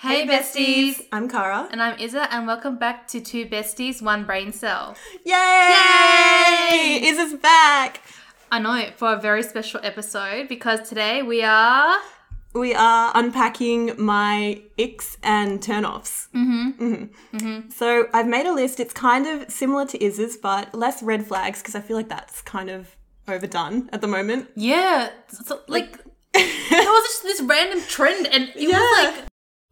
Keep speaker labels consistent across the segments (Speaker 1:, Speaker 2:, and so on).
Speaker 1: Hey, besties.
Speaker 2: I'm Cara.
Speaker 1: And I'm Izza, and welcome back to Two Besties, One Brain Cell.
Speaker 2: Yay! Is us back.
Speaker 1: I know, for a very special episode, because today we are.
Speaker 2: We are unpacking my icks and turnoffs. Mm-hmm. Mm-hmm. So I've made a list. It's kind of similar to Iz's, but less red flags because I feel like that's kind of overdone at the moment.
Speaker 1: Yeah, so, like, there was just this random trend, and it was like,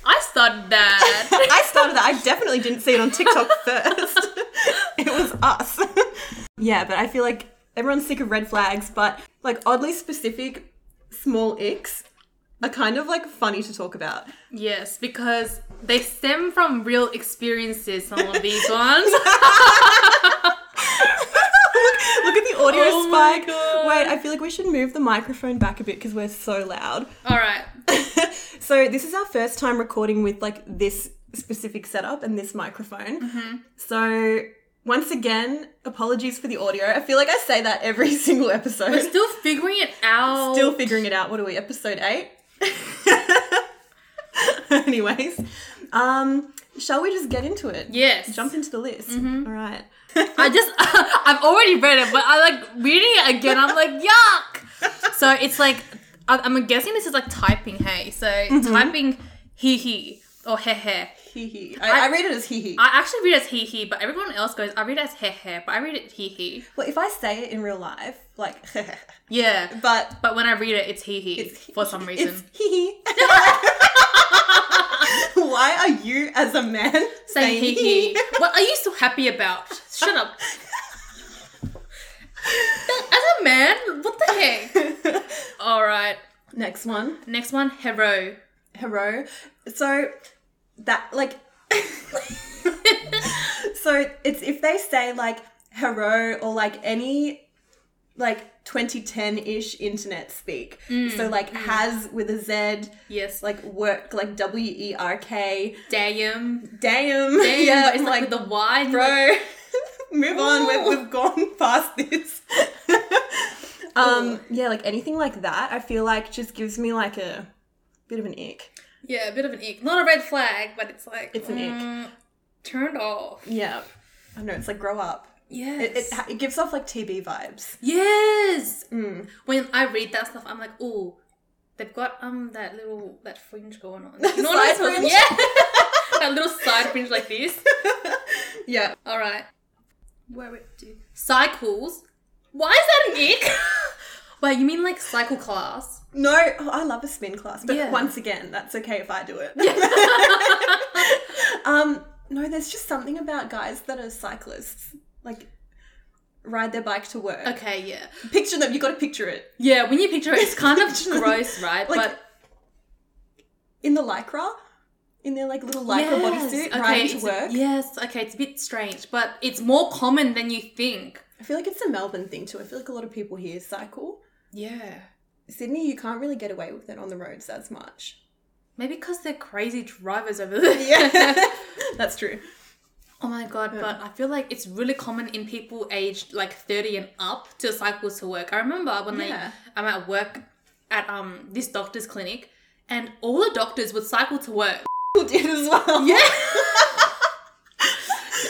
Speaker 1: I started that.
Speaker 2: I started that. I definitely didn't see it on TikTok first. it was us. yeah, but I feel like everyone's sick of red flags, but like oddly specific small icks are kind of like funny to talk about.
Speaker 1: yes, because they stem from real experiences, some of these ones.
Speaker 2: Look at the audio
Speaker 1: Oh my
Speaker 2: spike.
Speaker 1: God.
Speaker 2: Wait, I feel like we should move the microphone back a bit because we're so loud.
Speaker 1: All right.
Speaker 2: So this is our first time recording with like this specific setup and this microphone.
Speaker 1: Mm-hmm.
Speaker 2: So once again, apologies for the audio. I feel like I say that every single episode.
Speaker 1: We're still figuring it out.
Speaker 2: Still figuring it out. What are we? Episode eight. Anyways, um, shall we just get into it?
Speaker 1: Yes. Mm-hmm.
Speaker 2: Jump into the list. All right.
Speaker 1: I just I've already read it, but I like reading it again. I'm like yuck. So it's like I- I'm guessing this is like typing. Hey, so typing he he or he he.
Speaker 2: Hee hee. I, I read it as hee hee.
Speaker 1: I actually read it as he he, but everyone else goes. I read it as he he, but I read it he he.
Speaker 2: Well, if I say it in real life, like,
Speaker 1: Yeah, but,
Speaker 2: but
Speaker 1: when I read it, it's he he for some reason.
Speaker 2: It's hee hee. Why are you, as a man,
Speaker 1: Say he he. What are you so happy about? Shut up. As a man, what the heck? All right,
Speaker 2: Next one,
Speaker 1: next one, hero.
Speaker 2: hero. So that like, so it's if they say like hero or like any like 2010 ish internet speak.
Speaker 1: Mm,
Speaker 2: So like has with a Z,
Speaker 1: Yes, like
Speaker 2: like work like W E R K.
Speaker 1: damn.
Speaker 2: Damn.
Speaker 1: thing,
Speaker 2: yeah,
Speaker 1: but it's
Speaker 2: I'm
Speaker 1: like, with the wine. Like,
Speaker 2: bro. Move on.
Speaker 1: Ooh.
Speaker 2: We've, we've gone past this. um, yeah, like anything like that, I feel like just gives me like a bit of an ick.
Speaker 1: yeah, a bit of an ick. Not a red flag, but it's like
Speaker 2: It's an ick.
Speaker 1: mm, Turned off.
Speaker 2: Yeah, I don't know. It's like grow up.
Speaker 1: Yes.
Speaker 2: It, it, it gives off like TB vibes.
Speaker 1: yes.
Speaker 2: Mm.
Speaker 1: When I read that stuff, I'm like, oh, they've got um that little that fringe going on. You know
Speaker 2: Side
Speaker 1: what I'm talking-
Speaker 2: fringe?
Speaker 1: Yeah. that little side fringe like this.
Speaker 2: yeah.
Speaker 1: All right. Where would do cycles? Why is that an ick? Wait, you mean like cycle class?
Speaker 2: No, oh, I love a spin class, but
Speaker 1: Yeah.
Speaker 2: once again, that's okay if I do it. um, no, there's just something about guys that are cyclists, like ride their bike to work.
Speaker 1: Okay, yeah.
Speaker 2: Picture them. You got to picture it.
Speaker 1: Yeah, when you picture it, it's kind of gross, right?
Speaker 2: Like-
Speaker 1: but
Speaker 2: in the lycra, in their like little lycra bodysuit, riding to
Speaker 1: it's-
Speaker 2: work.
Speaker 1: Yes, okay, it's a bit strange, but it's more common than you think.
Speaker 2: I feel like it's a Melbourne thing too. I feel like a lot of people here cycle.
Speaker 1: Yeah.
Speaker 2: Sydney, you can't really get away with it on the roads as much.
Speaker 1: Maybe because they're crazy drivers over there.
Speaker 2: that's true.
Speaker 1: oh my god, but I feel like it's really common in people aged like 30 and up to cycle to work. I remember when
Speaker 2: Yeah.
Speaker 1: I, I'm at work at um this doctor's clinic and all the doctors would cycle to work.
Speaker 2: People did as well.
Speaker 1: Yeah.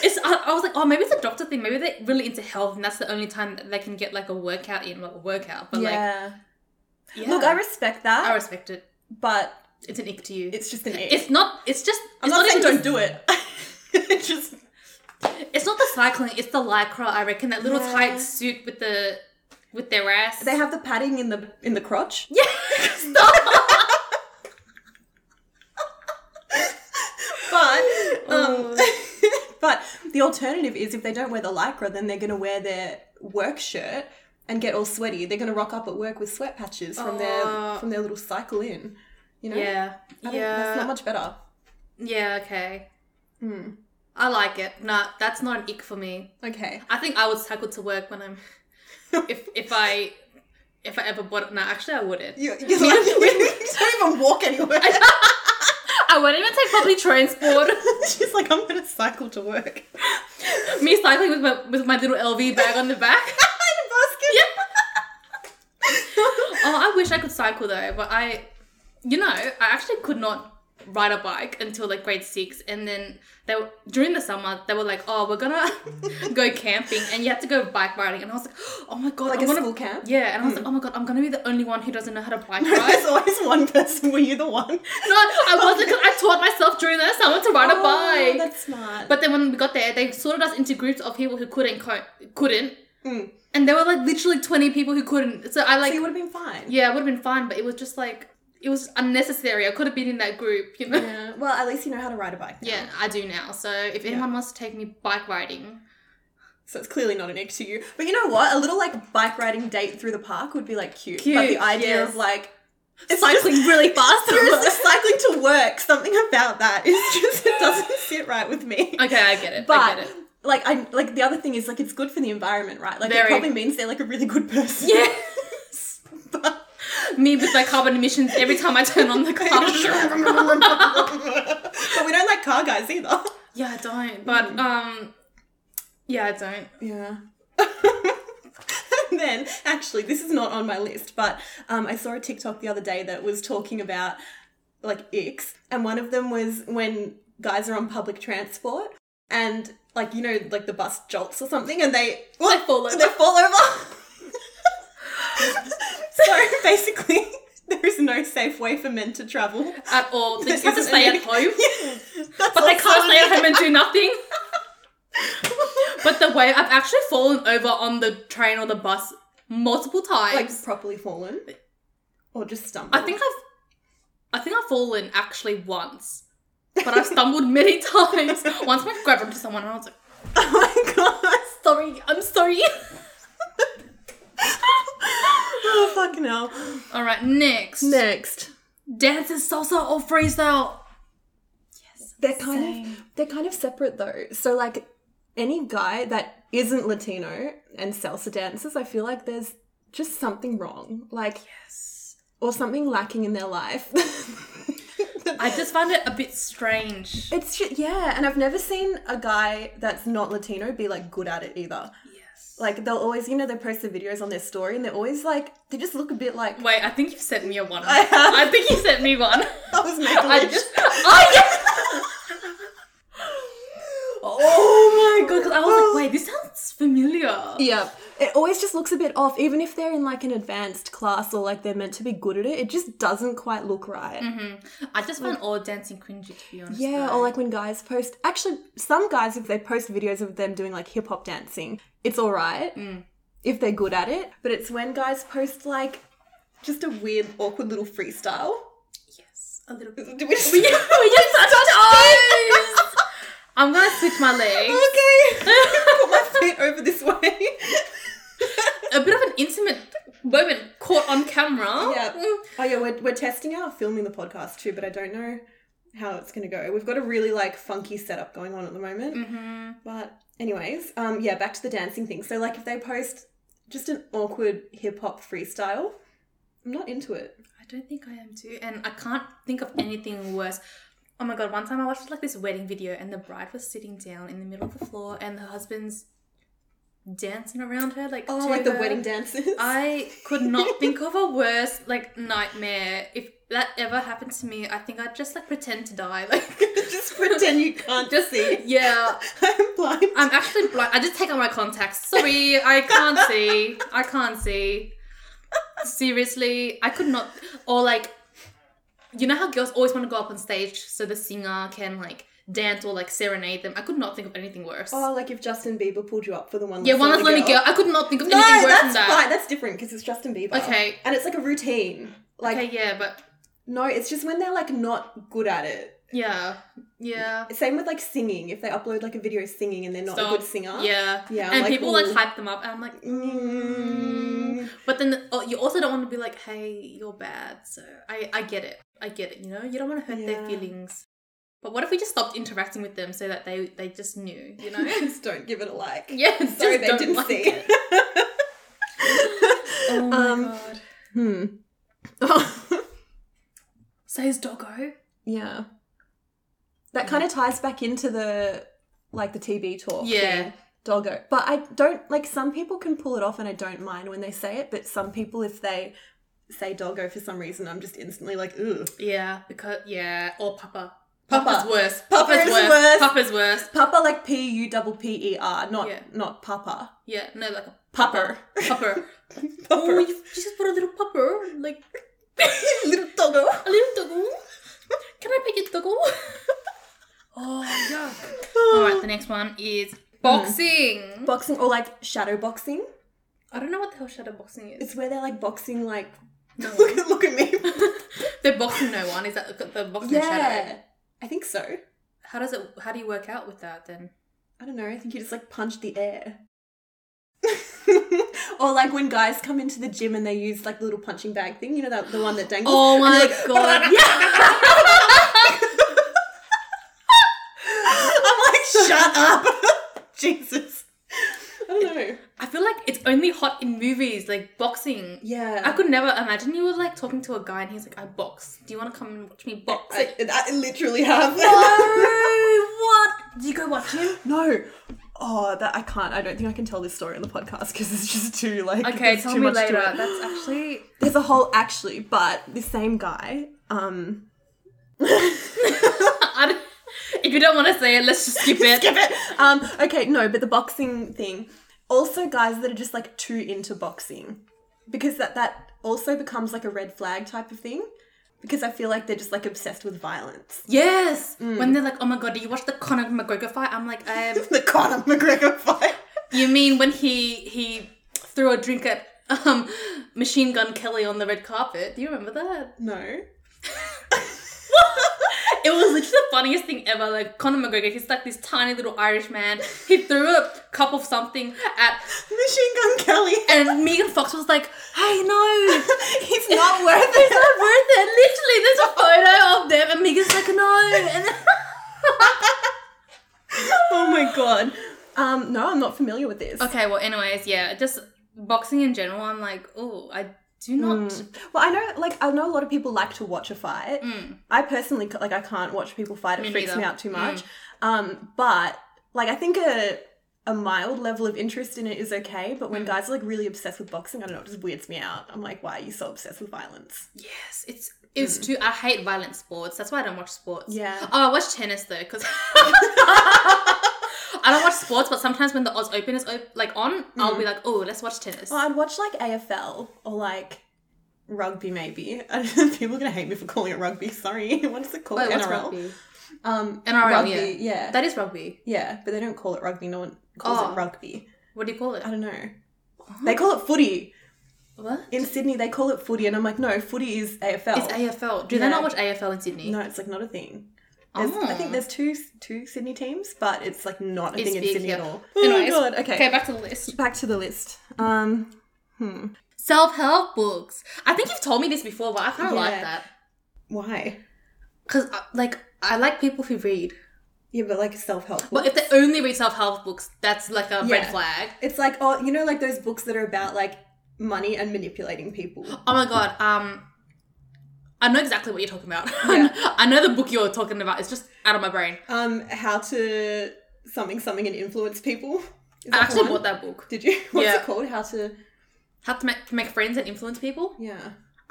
Speaker 1: It's, I, I was like, oh, maybe it's a doctor thing. Maybe they're really into health, and that's the only time that they can get like a workout in, like a workout. But
Speaker 2: Yeah.
Speaker 1: like, yeah.
Speaker 2: Look, I respect that,
Speaker 1: I respect it.
Speaker 2: but
Speaker 1: It's an ick to you. It's,
Speaker 2: it's just an ick.
Speaker 1: not. It's just. it's
Speaker 2: I'm not, saying
Speaker 1: even
Speaker 2: don't do it. It's just
Speaker 1: the, It's not the cycling. It's the lycra. I reckon that little
Speaker 2: Yeah.
Speaker 1: tight suit with the with their ass.
Speaker 2: they have the padding in the in the crotch.
Speaker 1: yeah. Stop.
Speaker 2: But um, but the alternative is if they don't wear the lycra, then they're going to wear their work shirt and get all sweaty. They're going to rock up at work with sweat patches from
Speaker 1: Oh.
Speaker 2: their from their little cycle in. You know,
Speaker 1: yeah.
Speaker 2: I don't-
Speaker 1: Yeah.
Speaker 2: that's not much better.
Speaker 1: yeah. Okay.
Speaker 2: Hmm.
Speaker 1: I like it. Nah, that's not an ick for me.
Speaker 2: Okay,
Speaker 1: I think I would cycle to work when I'm. If if I if I ever bought. Nah, actually, I wouldn't.
Speaker 2: you, you're like, you don't even walk anywhere.
Speaker 1: I wouldn't even take public transport.
Speaker 2: She's like, I'm going to cycle to work.
Speaker 1: Me cycling with my with my little LV bag on the back.
Speaker 2: In a basket.
Speaker 1: Oh, I wish I could cycle though, but I, you know, I actually could not ride a bike until like grade six, and then they were, during the summer they were like, "Oh, we're gonna go camping," and you had to go bike riding, and I was like, "Oh my god,
Speaker 2: Like
Speaker 1: I'm
Speaker 2: a
Speaker 1: gonna
Speaker 2: school camp? Hmm.
Speaker 1: yeah," and I was like, "Oh my god, I'm gonna be the only one who doesn't know how to bike ride."
Speaker 2: There's always one person. Were you the one?
Speaker 1: no, I wasn't because I taught myself during the summer to ride
Speaker 2: Oh,
Speaker 1: a bike.
Speaker 2: That's smart.
Speaker 1: But then when we got there, they sorted us into groups of people who couldn't co- couldn't,
Speaker 2: Hmm.
Speaker 1: and there were like literally twenty people who couldn't. So I like
Speaker 2: so you would have been fine.
Speaker 1: yeah, it would have been fine, but it was just like it was unnecessary. I could have been in that group, you know. Yeah,
Speaker 2: Yeah. Well, at least you know how to ride a bike. now.
Speaker 1: I do now. So if anyone wants to take me bike riding,
Speaker 2: So it's clearly not an X to you. But you know what? A little like bike riding date through the park would be like cute. But the
Speaker 1: Cute,
Speaker 2: idea
Speaker 1: yes.
Speaker 2: of like
Speaker 1: cycling really fast.
Speaker 2: seriously cycling to work, something about that is just it doesn't sit right with me.
Speaker 1: okay, I get it. I
Speaker 2: But
Speaker 1: get it.
Speaker 2: like I like the other thing is like it's good for the environment, right? Like it
Speaker 1: Very.
Speaker 2: probably means they're like a really good person.
Speaker 1: Yes.
Speaker 2: But-
Speaker 1: me with my carbon emissions every time I turn on the car.
Speaker 2: but we don't like car guys either.
Speaker 1: yeah, I don't. But um, yeah, I don't.
Speaker 2: Yeah. and then, actually, this is not on my list, but um, I saw a TikTok the other day that was talking about like icks, and one of them was when guys are on public transport and like you know like the bus jolts or something, and they
Speaker 1: They fall
Speaker 2: they
Speaker 1: over.
Speaker 2: fall over. so basically, there is no safe way for men to travel.
Speaker 1: At all, they just have to
Speaker 2: Isn't
Speaker 1: stay
Speaker 2: any-
Speaker 1: at home.
Speaker 2: Yeah, that's
Speaker 1: But they
Speaker 2: also
Speaker 1: can't
Speaker 2: an
Speaker 1: stay at
Speaker 2: ick.
Speaker 1: home and do nothing. But the way I've actually fallen over on the train or the bus multiple times.
Speaker 2: like properly fallen or just stumbled.
Speaker 1: I think I've I think I've fallen actually once. But I've stumbled many times. Once I grabbed onto someone and I was like,
Speaker 2: Oh my gosh.
Speaker 1: sorry, I'm sorry.
Speaker 2: oh fucking hell.
Speaker 1: Alright, next.
Speaker 2: Next.
Speaker 1: Dance is salsa or freestyle.
Speaker 2: They're kind of
Speaker 1: Same.
Speaker 2: they're kind of separate though. So like any guy that isn't Latino and salsa dances, I feel like there's just something wrong. Like or something lacking in their life.
Speaker 1: I just find it a bit strange.
Speaker 2: it's just, yeah, and I've never seen a guy that's not Latino be like good at it either.
Speaker 1: Yes.
Speaker 2: Like they'll always, you know, they post the videos on their story and they're always like they just look a bit like
Speaker 1: Wait, I think you've sent me a one.
Speaker 2: I have.
Speaker 1: I think you sent me one.
Speaker 2: that was make
Speaker 1: I just Oh yes! Oh my god, 'cause I was like, wait, this sounds familiar.
Speaker 2: Yeah. It always just looks a bit off, even if they're in like an advanced class or like they're meant to be good at it, it just doesn't quite look right.
Speaker 1: Mm-hmm. I just find all dancing cringy to be honest.
Speaker 2: Yeah,
Speaker 1: though.
Speaker 2: or like when guys post actually some guys if they post videos of them doing like hip hop dancing, it's alright
Speaker 1: Mm.
Speaker 2: if they're good at it. But it's when guys post like just a weird, awkward little freestyle.
Speaker 1: yes, a little bit.
Speaker 2: Do we just-
Speaker 1: We just touched eyes. I'm gonna switch my legs.
Speaker 2: Okay. Put my feet over this way.
Speaker 1: A bit of an intimate moment caught on camera.
Speaker 2: Yeah.
Speaker 1: Mm.
Speaker 2: Oh yeah, we're, we're testing out filming the podcast too, but I don't know how it's gonna go. We've got a really like funky setup going on at the moment.
Speaker 1: Mm-hmm.
Speaker 2: But anyways, um, yeah, back to the dancing thing. So like, if they post just an awkward hip hop freestyle, I'm not into it.
Speaker 1: I don't think I am too, and I can't think of anything worse. Oh my god! One time I watched like this wedding video, and the bride was sitting down in the middle of the floor, and her husband's dancing around her like
Speaker 2: Oh,
Speaker 1: to
Speaker 2: like the Ah.
Speaker 1: her.
Speaker 2: wedding dances.
Speaker 1: I could not think of a worse like nightmare. If that ever happened to me, I think I'd just like pretend to die. Like
Speaker 2: just pretend you can't just see.
Speaker 1: Yeah.
Speaker 2: I'm blind.
Speaker 1: I'm actually blind. I just take out my contacts. Sorry, I can't see. I can't see. Seriously, I could not. Or like, you know how girls always want to go up on stage so the singer can like dance or like serenade them. I could not think of anything worse.
Speaker 2: oh, like if Justin Bieber pulled you up for the one.
Speaker 1: yeah, one last
Speaker 2: Lonely
Speaker 1: lonely girl. I could not think of
Speaker 2: No,
Speaker 1: anything worse than
Speaker 2: that's
Speaker 1: that.
Speaker 2: fine. That's different because it's Justin Bieber.
Speaker 1: Okay.
Speaker 2: And it's like a routine. Like
Speaker 1: okay, yeah, but
Speaker 2: No, it's just when they're like not good at it.
Speaker 1: yeah, yeah.
Speaker 2: Same with like singing. If they upload like a video singing and they're not a
Speaker 1: Stop.
Speaker 2: good singer.
Speaker 1: Yeah,
Speaker 2: Yeah, I'm
Speaker 1: And
Speaker 2: like,
Speaker 1: people
Speaker 2: ooh.
Speaker 1: like hype them up, and I'm like,
Speaker 2: Mm.
Speaker 1: But then the, oh, you also don't want to be like, hey, you're bad. So I, I get it. I get it. You know, you don't want to hurt
Speaker 2: Yeah.
Speaker 1: their feelings. But what if we just stopped interacting with them so that they they just knew, you know?
Speaker 2: just don't give it a like.
Speaker 1: yeah, just
Speaker 2: Sorry, they
Speaker 1: don't
Speaker 2: didn't
Speaker 1: like
Speaker 2: see.
Speaker 1: it. Oh my
Speaker 2: Um,
Speaker 1: god.
Speaker 2: hmm.
Speaker 1: Oh. Says Doggo.
Speaker 2: yeah. That kind of ties back into the like the TB talk.
Speaker 1: Yeah.
Speaker 2: thing, Doggo. But I don't like some people can pull it off and I don't mind when they say it, but some people if they say doggo for some reason, I'm just instantly like, ooh.
Speaker 1: Yeah, because yeah, or Papa.
Speaker 2: Papa.
Speaker 1: Papa's worse.
Speaker 2: Papa
Speaker 1: Papa's
Speaker 2: is
Speaker 1: worse.
Speaker 2: worse.
Speaker 1: Papa's worse.
Speaker 2: Papa like P U double P E R, not
Speaker 1: Yeah.
Speaker 2: not papa.
Speaker 1: Yeah, no, like a
Speaker 2: Pupper.
Speaker 1: pupper. Oh,
Speaker 2: Pupper.
Speaker 1: you, you just bought a little pupper, like
Speaker 2: Little doggo.
Speaker 1: a little doggo. Can I pick a doggo? oh yuck! All right, the next one is boxing.
Speaker 2: Boxing or like shadow boxing.
Speaker 1: I don't know what the hell shadow boxing is.
Speaker 2: It's where they're like boxing like
Speaker 1: No
Speaker 2: look at look at me.
Speaker 1: They're boxing no one. Is that the boxing shadow?
Speaker 2: yeah. I think so.
Speaker 1: How does it? How do you work out with that then?
Speaker 2: I don't know, I think you just like punch the air. or like when guys come into the gym and they use like the little punching bag thing, you know that the one that dangles.
Speaker 1: Oh
Speaker 2: And
Speaker 1: my
Speaker 2: they're like,
Speaker 1: god!
Speaker 2: I'm like, shut up. Jesus. I don't know.
Speaker 1: I feel like it's only hot in movies, like boxing.
Speaker 2: Yeah.
Speaker 1: I could never imagine you were like talking to a guy and he's like, "I box. Do you want to come and watch me box?"
Speaker 2: I, I literally have.
Speaker 1: oh, what? Do you go watch him?
Speaker 2: no. Oh, that I can't. I don't think I can tell this story on the podcast because it's just too like.
Speaker 1: Okay,
Speaker 2: it's
Speaker 1: tell
Speaker 2: too
Speaker 1: me
Speaker 2: much to
Speaker 1: later.
Speaker 2: it.
Speaker 1: That's actually
Speaker 2: There's a whole actually, but the same guy. Um,
Speaker 1: I don't- if you don't want to say it, let's just skip it.
Speaker 2: skip it. Um, okay, no, but the boxing thing. Also, guys that are just like too into boxing, because that that also becomes like a red flag type of thing. Because I feel like they're just like obsessed with violence.
Speaker 1: Yes. When they're like, "Oh my god, did you watch the Conor McGregor fight?" I'm like, um,
Speaker 2: The Conor McGregor fight.
Speaker 1: "You mean when he he threw a drink at um, Machine Gun Kelly on the red carpet? Do you remember that?"
Speaker 2: No.
Speaker 1: It was literally the funniest thing ever. Like Conor McGregor, he's like this tiny little Irish man. He threw a cup of something at,
Speaker 2: Machine Gun Kelly.
Speaker 1: and Megan Fox was like, "Hey, no,
Speaker 2: He's not worth
Speaker 1: it's
Speaker 2: it.
Speaker 1: not worth it." Literally, there's a photo of them, and Megan's like, "No," and then.
Speaker 2: Oh my god. Um, no, I'm not familiar with this.
Speaker 1: Okay, well, anyways, yeah, just boxing in general. I'm like, oh, I do not.
Speaker 2: Well, I know, like, I know a lot of people like to watch a fight. I personally, c- like, I can't watch people fight. It
Speaker 1: Mm. Me
Speaker 2: freaks me
Speaker 1: neither. Mm.
Speaker 2: out too much. Um, but like, I think a a mild level of interest in it is okay. But
Speaker 1: Mm.
Speaker 2: when guys are like really obsessed with boxing, I don't know, it just weirds me out. I'm like, why are you so obsessed with violence?
Speaker 1: Yes, it's it's too. I hate violent sports. That's why I don't watch sports.
Speaker 2: Yeah.
Speaker 1: Oh, I watch tennis though, because I don't watch sports. But sometimes when the odds open is op- like on, I'll
Speaker 2: Mm.
Speaker 1: be like, oh, let's watch tennis.
Speaker 2: Well, I'd watch like AFL or like rugby, maybe. people are gonna hate me for calling it rugby. Sorry, what is it called?
Speaker 1: Wait, what's
Speaker 2: NRL.
Speaker 1: rugby?
Speaker 2: Um,
Speaker 1: NRL,
Speaker 2: rugby.
Speaker 1: yeah.
Speaker 2: Yeah.
Speaker 1: That is rugby.
Speaker 2: Yeah, but they don't call it rugby. No one calls
Speaker 1: Oh.
Speaker 2: it rugby.
Speaker 1: What do you call it?
Speaker 2: I don't know. They call it footy.
Speaker 1: What?
Speaker 2: In Sydney, they call it footy, and I'm like, no, footy is AFL.
Speaker 1: It's AFL. Do
Speaker 2: Yeah.
Speaker 1: they not watch AFL in Sydney?
Speaker 2: no, it's like not a thing. There's, I think
Speaker 1: Oh.
Speaker 2: there's two two Sydney teams, but it's like not a
Speaker 1: It's
Speaker 2: thing in
Speaker 1: big
Speaker 2: Sydney
Speaker 1: here.
Speaker 2: at all.
Speaker 1: Anyways,
Speaker 2: oh my god. Okay.
Speaker 1: Okay, back to the list.
Speaker 2: Back to the list. Um,
Speaker 1: Self help books. I think you've told me this before, but I kind of like
Speaker 2: Yeah.
Speaker 1: that
Speaker 2: why?
Speaker 1: because like I like people who read.
Speaker 2: Yeah, but like self help.
Speaker 1: But if they only read self help books, that's like a
Speaker 2: Yeah.
Speaker 1: red flag.
Speaker 2: it's like oh, you know, like those books that are about like money and manipulating people.
Speaker 1: Oh my god. Um, I know exactly what you're talking about.
Speaker 2: Yeah.
Speaker 1: I know the book you're talking about. It's just out of my brain.
Speaker 2: Um, how to something something and influence people. Is
Speaker 1: I
Speaker 2: the
Speaker 1: actually
Speaker 2: one?
Speaker 1: bought that book.
Speaker 2: Did you? What's
Speaker 1: Yeah.
Speaker 2: it called? How to?
Speaker 1: How to make, make friends and influence people.
Speaker 2: Yeah.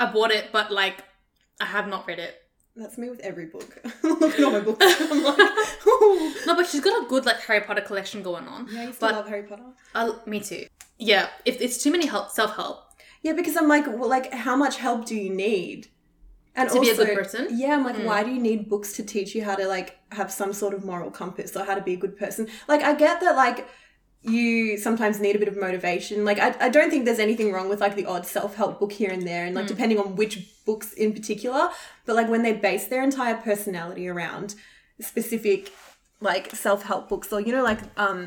Speaker 1: I bought it, but like I have not read it.
Speaker 2: That's me with every book. Look at all my books. I'm like, ooh.
Speaker 1: No, but she's got a good like Harry Potter collection going on.
Speaker 2: Yeah, I used to
Speaker 1: but
Speaker 2: love Harry Potter.
Speaker 1: I, me too. Yeah, if it's too many help self help,
Speaker 2: Yeah, because I'm like, well, like, how much help do you need? And
Speaker 1: To be a good person? Hmm.
Speaker 2: Yeah, I'm like, why do you need books to teach you how to like have some sort of moral compass or how to be a good person? Like, I get that, like. You sometimes need a bit of motivation. Like, I, I don't think there's anything wrong with like the odd self help book here and there, and
Speaker 1: Hmm.
Speaker 2: like depending on which books in particular, but like when they base their entire personality around specific like self-help books or you know like um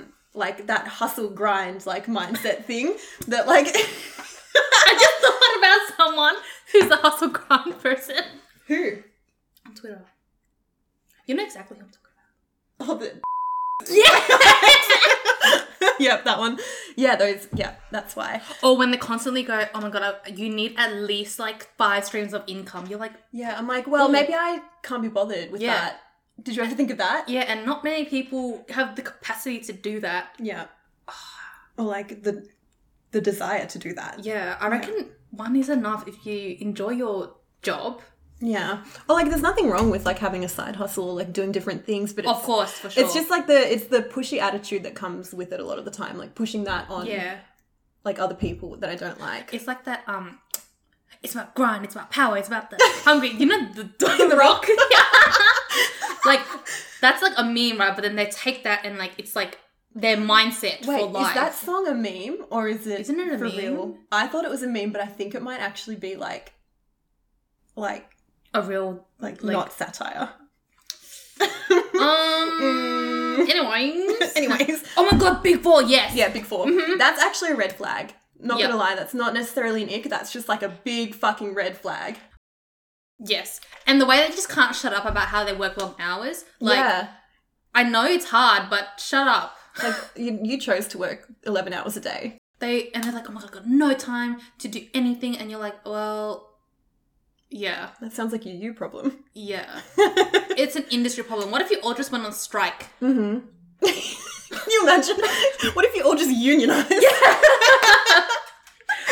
Speaker 2: like that hustle grind like mindset thing that like
Speaker 1: I just thought about someone who's a hustle grind person
Speaker 2: who
Speaker 1: on Twitter. You know exactly who I'm talking about.
Speaker 2: oh the
Speaker 1: Yeah.
Speaker 2: yep that one yeah those yeah that's why
Speaker 1: or when they constantly go, "Oh my god, I- you need at least like five streams of income." You're like,
Speaker 2: yeah i'm like well
Speaker 1: Ooh.
Speaker 2: maybe i can't be bothered with
Speaker 1: Yeah.
Speaker 2: that did you ever think of that
Speaker 1: yeah, and not many people have the capacity to do that.
Speaker 2: yeah or like the the desire to do that
Speaker 1: Yeah, I reckon one is enough if you enjoy your job.
Speaker 2: Yeah. Or like there's nothing wrong with like having a side hustle or like doing different things, but it's,
Speaker 1: Of course, for sure.
Speaker 2: it's just like the it's the pushy attitude that comes with it a lot of the time, like pushing that on
Speaker 1: yeah.
Speaker 2: like other people that I don't like.
Speaker 1: It's like that. Um, it's about grind. It's about power. It's about the hungry. You know, the doing the rock. Yeah. like that's like a meme, right? But then they take that and like it's like their mindset
Speaker 2: Wait,
Speaker 1: for life.
Speaker 2: is that song a meme or is it
Speaker 1: Isn't it a
Speaker 2: for
Speaker 1: meme?
Speaker 2: real? I thought it was a meme, but I think it might actually be like like
Speaker 1: a real
Speaker 2: like,
Speaker 1: Like-
Speaker 2: not satire.
Speaker 1: um. Anyways.
Speaker 2: Anyways.
Speaker 1: Oh my god, big four. Yes.
Speaker 2: Yeah, big 4
Speaker 1: Mm-hmm.
Speaker 2: That's actually a red flag. Not
Speaker 1: Yep.
Speaker 2: gonna lie, that's not necessarily an ick, that's just like a big fucking red flag.
Speaker 1: Yes. And the way they just can't shut up about how they work long hours. Like
Speaker 2: yeah.
Speaker 1: I know it's hard, but shut up.
Speaker 2: Like you, you chose to work eleven hours a day.
Speaker 1: They and they're like, oh my god, I've got no time to do anything, and you're like, well, yeah,
Speaker 2: That sounds like a you problem.
Speaker 1: yeah.
Speaker 2: mm-hmm.
Speaker 1: It's an industry problem. What if you all just went on strike?
Speaker 2: Can you imagine? What if you all just unionized?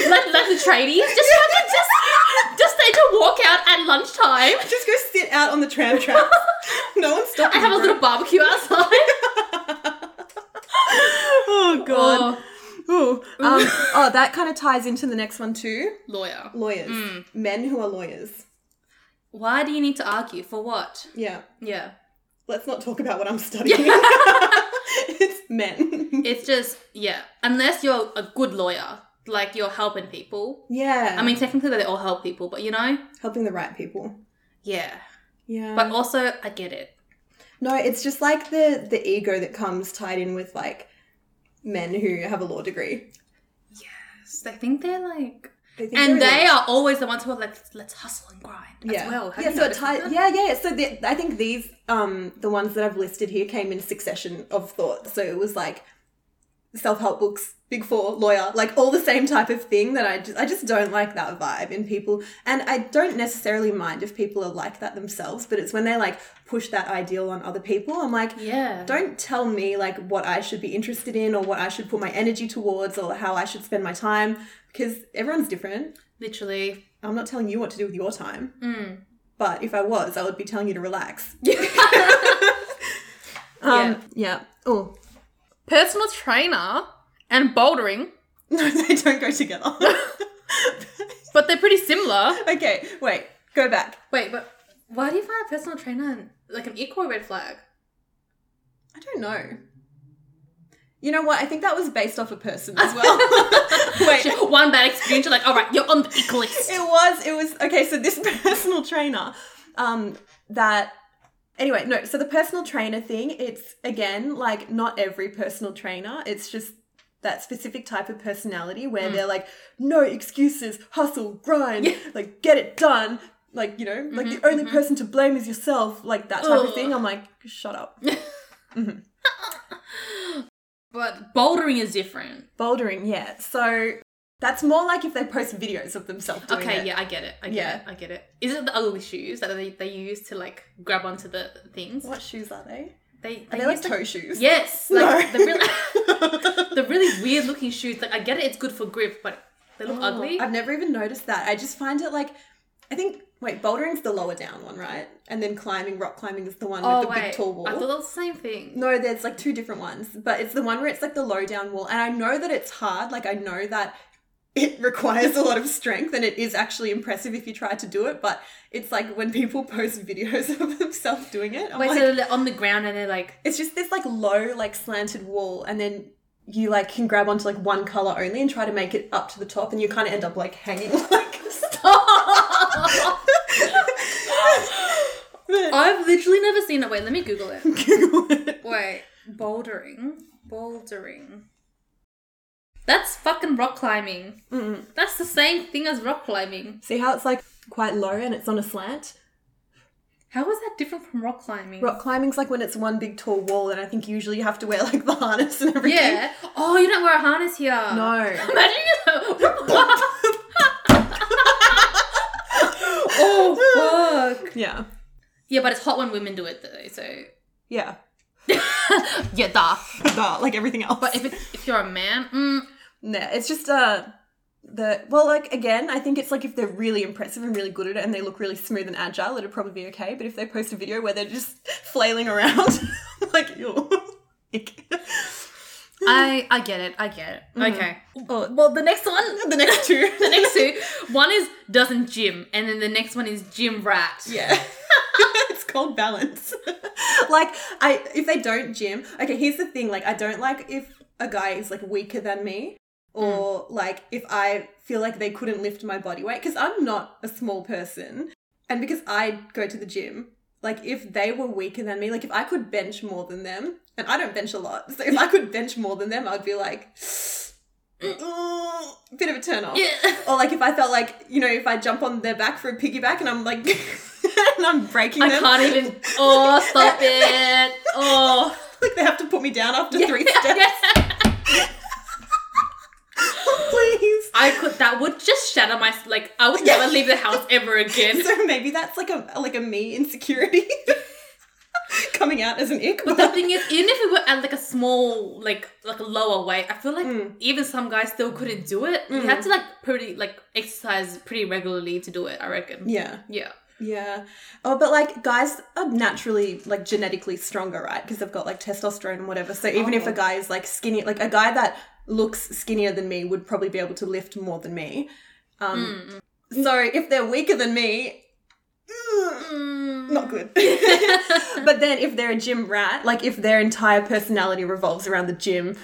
Speaker 1: Like, like the tradies, just fucking just just they to walk out at lunchtime
Speaker 2: Just go sit out on the tram track. No one's stopping.
Speaker 1: and have a
Speaker 2: you, bro.
Speaker 1: little barbecue outside.
Speaker 2: oh god.
Speaker 1: Or
Speaker 2: Ooh. Um, oh, that kind of ties into the next one too. Mm.
Speaker 1: lawyer.
Speaker 2: Lawyers, men who are lawyers.
Speaker 1: Why do you need to argue for what?
Speaker 2: Yeah.
Speaker 1: Yeah,
Speaker 2: Let's not talk about what I'm studying. it's men.
Speaker 1: it's just yeah. Unless you're a good lawyer, like you're helping people.
Speaker 2: Yeah.
Speaker 1: I mean, technically they all help people, but you know,
Speaker 2: helping the right people.
Speaker 1: yeah.
Speaker 2: Yeah.
Speaker 1: But also, I get it.
Speaker 2: No, it's just like the the ego that comes tied in with like men who have a law degree.
Speaker 1: They think they're like,
Speaker 2: They think
Speaker 1: and
Speaker 2: they're
Speaker 1: they
Speaker 2: elite.
Speaker 1: are always the ones who are like, let's hustle and grind
Speaker 2: yeah.
Speaker 1: as well. Have
Speaker 2: yeah,
Speaker 1: you
Speaker 2: so it
Speaker 1: noticed
Speaker 2: ties.
Speaker 1: that?
Speaker 2: Yeah, yeah. So the, I think these um the ones that I've listed here came in succession of thought. So it was like self help books, big four, lawyer, like all the same type of thing that I just I just don't like that vibe in people. And I don't necessarily mind if people are like that themselves, but it's when they like push that ideal on other people. I'm like,
Speaker 1: Yeah.
Speaker 2: don't tell me like what I should be interested in or what I should put my energy towards or how I should spend my time because everyone's different.
Speaker 1: Literally.
Speaker 2: I'm not telling you what to do with your time,
Speaker 1: Mm.
Speaker 2: but if I was, I would be telling you to relax.
Speaker 1: Yeah.
Speaker 2: Um, yeah. Oh,
Speaker 1: Personal trainer and bouldering,
Speaker 2: no, they don't go together.
Speaker 1: but they're pretty similar.
Speaker 2: okay, wait, go back.
Speaker 1: Wait, but why do you find a personal trainer an- like an equal red flag?
Speaker 2: I don't know. You know what? I think that was based off a person as well. wait,
Speaker 1: One bad experience, you're like, all right, you're on the equal list.
Speaker 2: It was. It was okay. So this personal trainer, um, that anyway, no. So the personal trainer thing. It's again like not every personal trainer. It's just that specific type of personality where they're like no excuses, hustle, grind,
Speaker 1: Mm. Yeah. Mm-hmm,
Speaker 2: like get it done. Like you know, like the only person to blame is yourself. Like that type of thing.
Speaker 1: Ugh.
Speaker 2: I'm like, shut up.
Speaker 1: But bouldering is different.
Speaker 2: Bouldering, yeah. So that's more like if they post videos of themselves doing
Speaker 1: Okay,
Speaker 2: it.
Speaker 1: yeah, I get it. I get
Speaker 2: Yeah.
Speaker 1: it. I get it. Is it the ugly shoes that they, they use to like grab onto the things?
Speaker 2: What shoes are they?
Speaker 1: They, they
Speaker 2: Are they like
Speaker 1: use,
Speaker 2: toe shoes?
Speaker 1: Yes,
Speaker 2: No.
Speaker 1: like the really the really weird looking shoes. Like I get it, it's good for grip, but they look
Speaker 2: Oh,
Speaker 1: ugly.
Speaker 2: I've never even noticed that. I just find it like, I think wait, bouldering's the lower down one, right? And then climbing, rock climbing is the one with the big tall wall.
Speaker 1: Oh, I thought that was the same thing.
Speaker 2: no, there's like two different ones, but it's the one where it's like the low down wall, and I know that it's hard. Like I know that it requires a lot of strength, and it is actually impressive if you try to do it. But it's like when people post videos of themselves doing it, I'm
Speaker 1: Wait,
Speaker 2: like,
Speaker 1: so they're on the ground and they're like,
Speaker 2: it's just this like low, like slanted wall, and then you like can grab onto like one color only and try to make it up to the top, and you kind of end up like hanging like.
Speaker 1: I've literally never seen it. Wait, let me Google it.
Speaker 2: Google it.
Speaker 1: Wait, bouldering, bouldering. That's fucking rock climbing.
Speaker 2: Mm-hmm.
Speaker 1: That's the same thing as rock climbing.
Speaker 2: See how it's like quite low and it's on a slant?
Speaker 1: How is that different from rock climbing?
Speaker 2: Rock climbing's like when it's one big tall wall, and I think usually you have to wear like the harness and everything.
Speaker 1: yeah. Oh, you don't wear a harness here.
Speaker 2: No.
Speaker 1: Imagine you. oh fuck.
Speaker 2: Yeah.
Speaker 1: Yeah, but it's hot when women do it though. So
Speaker 2: Yeah.
Speaker 1: yeah, duh.
Speaker 2: But like everything else.
Speaker 1: But if it's, if you're a man, mm,
Speaker 2: Nah, it's just uh the well, like again, I think it's like if they're really impressive and really good at it and they look really smooth and agile, it'd probably be okay. But if they post a video where they're just flailing around, like you,
Speaker 1: I I get it. I get it. Okay.
Speaker 2: Oh.
Speaker 1: Mm-hmm. Well, the next one,
Speaker 2: the next two,
Speaker 1: the next two, one is doesn't gym, and then the next one is gym rat.
Speaker 2: Yeah. it's called balance. like I if they don't gym, okay, here's the thing, like I don't like if a guy is like weaker than me or like if I feel like they couldn't lift my body weight cuz I'm not a small person and because I go to the gym, like if they were weaker than me, like if I could bench more than them, and I don't bench a lot. So if I could bench more than them, I'd be like "Mm, bit of a turn off.
Speaker 1: Yeah.
Speaker 2: Or like if I felt like, you know, if I jump on their back for a piggyback and I'm like and I'm breaking
Speaker 1: I
Speaker 2: them.
Speaker 1: can't even. Oh, stop it. Oh.
Speaker 2: like they have to put me down after three steps.
Speaker 1: Yes.
Speaker 2: Please.
Speaker 1: I could. That would just shatter my. Like I would
Speaker 2: Yeah.
Speaker 1: never leave the house ever again.
Speaker 2: So maybe that's like a like a me insecurity coming out as an ick.
Speaker 1: But the thing is, even if we were at like a small, like like a lower weight, I feel like even some guys still couldn't do it. You had to like pretty like exercise pretty regularly to do it. I reckon.
Speaker 2: yeah.
Speaker 1: Yeah.
Speaker 2: Yeah. Oh, but like guys are naturally like genetically stronger, right? Because they've got like testosterone and whatever. So even if
Speaker 1: Oh.
Speaker 2: a guy is like skinny, like a guy that looks skinnier than me would probably be able to lift more than me. Um, So if they're weaker than me, mm, not good. but then if they're a gym rat, like if their entire personality revolves around the gym,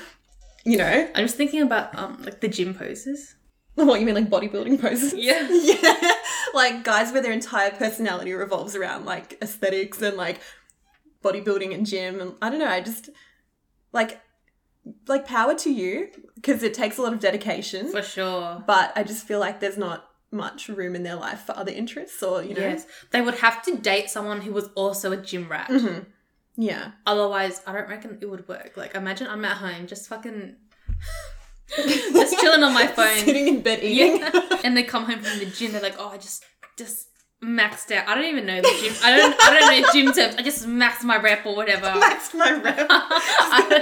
Speaker 2: you know,
Speaker 1: I'm just thinking about um like the gym poses.
Speaker 2: what you mean like bodybuilding poses?
Speaker 1: Yeah.
Speaker 2: yeah. Like guys where their entire personality revolves around like aesthetics and like bodybuilding and gym and I don't know, I just like like power to you because it takes a lot of dedication,
Speaker 1: For sure.
Speaker 2: but I just feel like there's not much room in their life for other interests or you know.
Speaker 1: Yes. They would have to date someone who was also a gym rat.
Speaker 2: Mhm. Yeah.
Speaker 1: Otherwise, I don't reckon it would work. Like, imagine I'm at home just fucking just chilling on my phone.
Speaker 2: Sitting in bed eating.
Speaker 1: Yeah. and they come home from the gym, they're like, oh, I just just maxed out. I don't even know the gym. I don't I don't know gym terms. I just maxed my rep or whatever.
Speaker 2: That's my rep.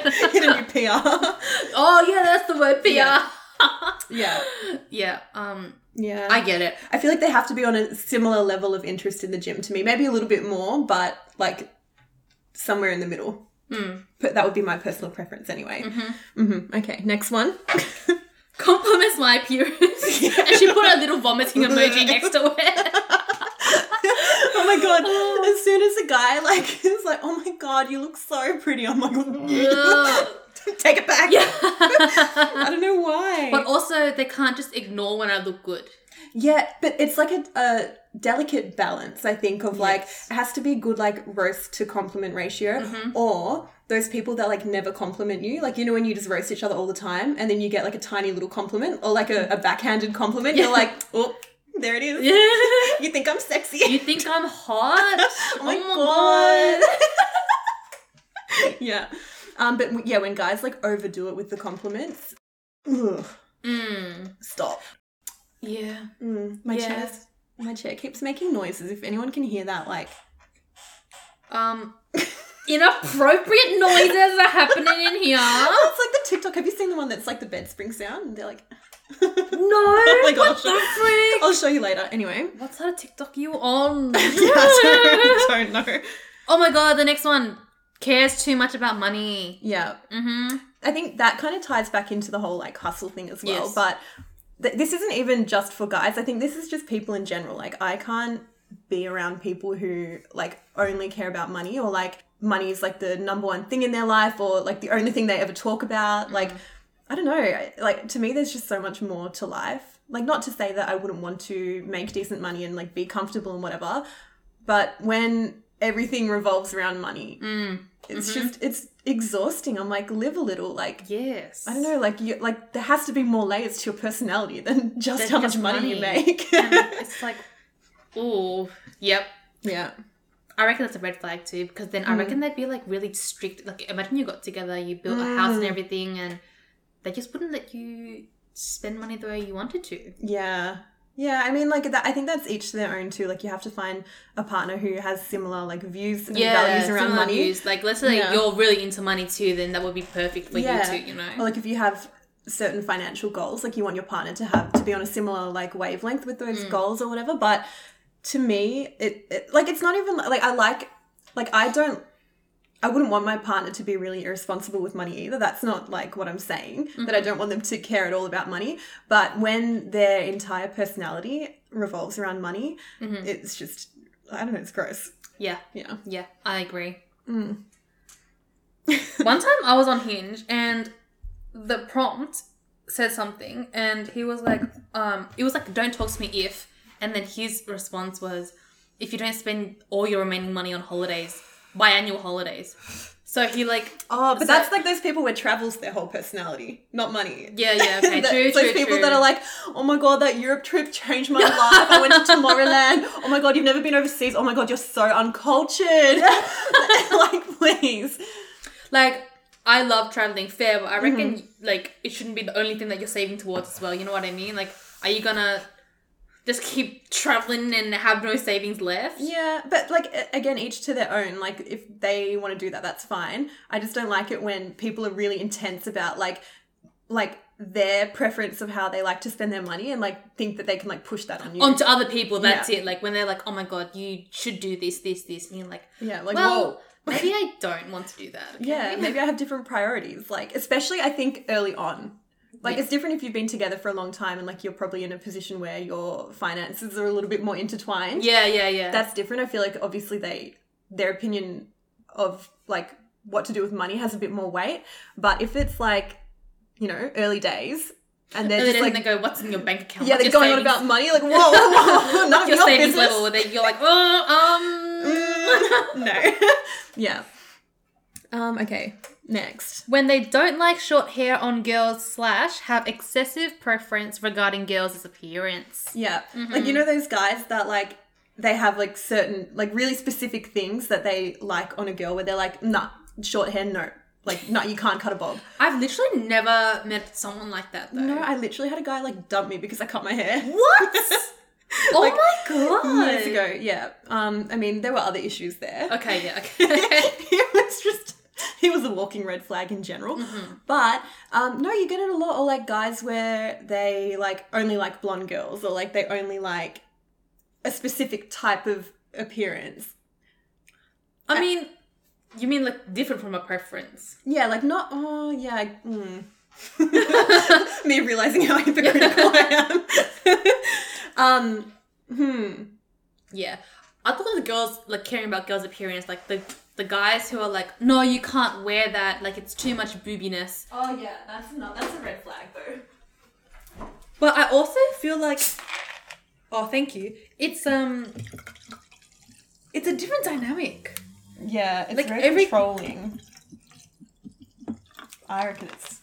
Speaker 2: Just Hit a new PR.
Speaker 1: oh yeah, that's the word PR. Yeah.
Speaker 2: Yeah. Yeah.
Speaker 1: um
Speaker 2: Yeah.
Speaker 1: I get it.
Speaker 2: I feel like they have to be on a similar level of interest in the gym to me. Maybe a little bit more, but like somewhere in the middle.
Speaker 1: Hmm.
Speaker 2: But that would be my personal preference anyway. Mm-hmm. Okay, next one.
Speaker 1: Compliments my appearance. and she put a little vomiting emoji next to it.
Speaker 2: oh my god! As soon as a guy like is like, "Oh my god, you look so pretty," I'm like,
Speaker 1: Ugh.
Speaker 2: "Take it back."
Speaker 1: Yeah.
Speaker 2: I don't know why.
Speaker 1: But also, they can't just ignore when I look good.
Speaker 2: Yeah, but it's like a, a delicate balance, I think, of like, it has to be good, like, roast to compliment ratio,
Speaker 1: Mm-hmm.
Speaker 2: or those people that, like, never compliment you. Like, you know, when you just roast each other all the time and then you get, like, a tiny little compliment or, like, a, a backhanded compliment,
Speaker 1: Yeah.
Speaker 2: you're like, oh, there it is. You think I'm sexy.
Speaker 1: you think I'm hot?
Speaker 2: oh my, god. yeah. Um, but w- yeah, when guys, like, overdo it with the compliments, ugh,
Speaker 1: Mm.
Speaker 2: stop.
Speaker 1: Yeah.
Speaker 2: Mm, my
Speaker 1: Yeah.
Speaker 2: chair's My chair keeps making noises. If anyone can hear that, like
Speaker 1: Um, inappropriate noises are happening in here.
Speaker 2: oh, it's like the TikTok. Have you seen the one that's like the bed spring sound? And they're like,
Speaker 1: No. Oh
Speaker 2: my gosh.
Speaker 1: What the frick?
Speaker 2: I'll show you later. Anyway,
Speaker 1: What sort of TikTok you on?
Speaker 2: yeah, I don't, don't know.
Speaker 1: oh my god, the next one cares too much about money.
Speaker 2: Yeah,
Speaker 1: Mm-hmm.
Speaker 2: I think that kind of ties back into the whole like hustle thing as well.
Speaker 1: Yes.
Speaker 2: But th- this isn't even just for guys. I think this is just people in general. Like I can't be around people who like only care about money or like money is like the number one thing in their life or like the only thing they ever talk about. Like I don't know. I- Like to me, there's just so much more to life. Like not to say that I wouldn't want to make decent money and like be comfortable and whatever, but when everything revolves around money,
Speaker 1: Mm.
Speaker 2: it's
Speaker 1: Mm-hmm.
Speaker 2: just it's exhausting. I'm like live a little. Like
Speaker 1: Yes.
Speaker 2: I don't know, like you, like there has to be more layers to your personality than just
Speaker 1: Than
Speaker 2: how
Speaker 1: just
Speaker 2: much money, you
Speaker 1: money.
Speaker 2: make.
Speaker 1: And it's like, ooh, yep.
Speaker 2: yeah,
Speaker 1: I reckon that's a red flag too, because then I
Speaker 2: Hmm.
Speaker 1: reckon they'd be like really strict. Like, imagine you got together, you built a house and
Speaker 2: Hmm.
Speaker 1: everything, and they just wouldn't let you spend money the way you wanted to.
Speaker 2: yeah, yeah. I mean, like that. I think that's each to their own too. Like you have to find a partner who has similar like views and values around
Speaker 1: similar
Speaker 2: money.
Speaker 1: views. Like, let's say
Speaker 2: Yeah.
Speaker 1: you're really into money too, then that would be perfect for
Speaker 2: Yeah. Oh.
Speaker 1: you too, you know?
Speaker 2: Or like if you have certain financial goals like you want your partner to have to be on a similar like wavelength with those goals or whatever but to me it, it like it's not even like i like like i don't i wouldn't want my partner to be really irresponsible with money either that's not like what i'm saying that i don't want them to care at all about money but when their entire personality revolves around money it's just i don't know it's gross
Speaker 1: Yeah,
Speaker 2: yeah
Speaker 1: yeah, I agree.
Speaker 2: Mm.
Speaker 1: One time I was on Hinge and the prompt said something, and he was like, um, it was like, don't talk to me if. And then his response was, if you don't spend all your remaining money on holidays, biannual holidays. So he like,
Speaker 2: oh but
Speaker 1: So-
Speaker 2: that's like those people where travel's their whole personality not money
Speaker 1: yeah, yeah, okay,
Speaker 2: That-
Speaker 1: true,
Speaker 2: those
Speaker 1: true,
Speaker 2: people
Speaker 1: true.
Speaker 2: that are like, oh my god, that Europe trip changed my life. I went to Tomorrowland. Oh my god, you've never been overseas. Oh my god, you're so uncultured. like, please.
Speaker 1: like, I love traveling, fair,
Speaker 2: Mm-hmm.
Speaker 1: but I reckon like it shouldn't be the only thing that you're saving towards as well. You know what I mean? Like, are you gonna just keep traveling and have no savings left?
Speaker 2: Yeah, but like a- again, each to their own. Like if they want to do that, that's fine. I just don't like it when people are really intense about like, like their preference of how they like to spend their money and like think that they can like push that on you.
Speaker 1: onto other people. That's
Speaker 2: Yeah.
Speaker 1: it. Like when they're like, "Oh my god, you should do this, this, this," and you're like,
Speaker 2: yeah, like whoa.
Speaker 1: "Well, maybe I don't want to do that." okay?
Speaker 2: Yeah, maybe I have different priorities. Like, especially I think early on. Like, it's different if you've been together for a long time and, like, you're probably in a position where your finances are a little bit more intertwined.
Speaker 1: yeah, yeah, yeah.
Speaker 2: That's different. I feel like, obviously, they, their opinion of, like, what to do with money has a bit more weight. But if it's, like, you know, early days and they're
Speaker 1: and
Speaker 2: just
Speaker 1: then
Speaker 2: like,
Speaker 1: they go, "What's in your bank account?"
Speaker 2: yeah,
Speaker 1: What's
Speaker 2: they're
Speaker 1: your
Speaker 2: going on
Speaker 1: savings-
Speaker 2: about money, like, whoa, whoa, whoa, none of
Speaker 1: your
Speaker 2: your
Speaker 1: savings
Speaker 2: business.
Speaker 1: level. They, you're like, "Oh, um."
Speaker 2: no. yeah. Um, okay. Next.
Speaker 1: When they don't like short hair on girls, slash have excessive preference regarding girls' appearance.
Speaker 2: Yeah. Like you know those guys that like they have like certain like really specific things that they like on a girl where they're like, nah, short hair, no. Like, no, you can't cut a bob.
Speaker 1: I've literally never met someone like that though.
Speaker 2: No, I literally had a guy like dump me because I cut my hair.
Speaker 1: What? oh
Speaker 2: Like,
Speaker 1: my god!
Speaker 2: Years ago, yeah. Um, I mean, there were other issues there.
Speaker 1: Okay, yeah, okay.
Speaker 2: he was just he was a walking red flag in general. But um, no, you get it a lot. Or like guys where they like only like blonde girls, or like they only like a specific type of appearance.
Speaker 1: I mean, you mean like different from a preference?
Speaker 2: Yeah, like not. Oh, yeah. I- Mm. Me realizing how hypocritical I am. um, hmm.
Speaker 1: Yeah, I thought of the girls like caring about girls' appearance, like the the guys who are like, no, you can't wear that, like it's too much boobiness.
Speaker 2: Oh yeah, that's not. That's a red flag though.
Speaker 1: But I also feel like, oh, thank you. It's um, it's a different dynamic.
Speaker 2: Yeah, it's
Speaker 1: Like,
Speaker 2: very
Speaker 1: every-
Speaker 2: controlling. I reckon it's.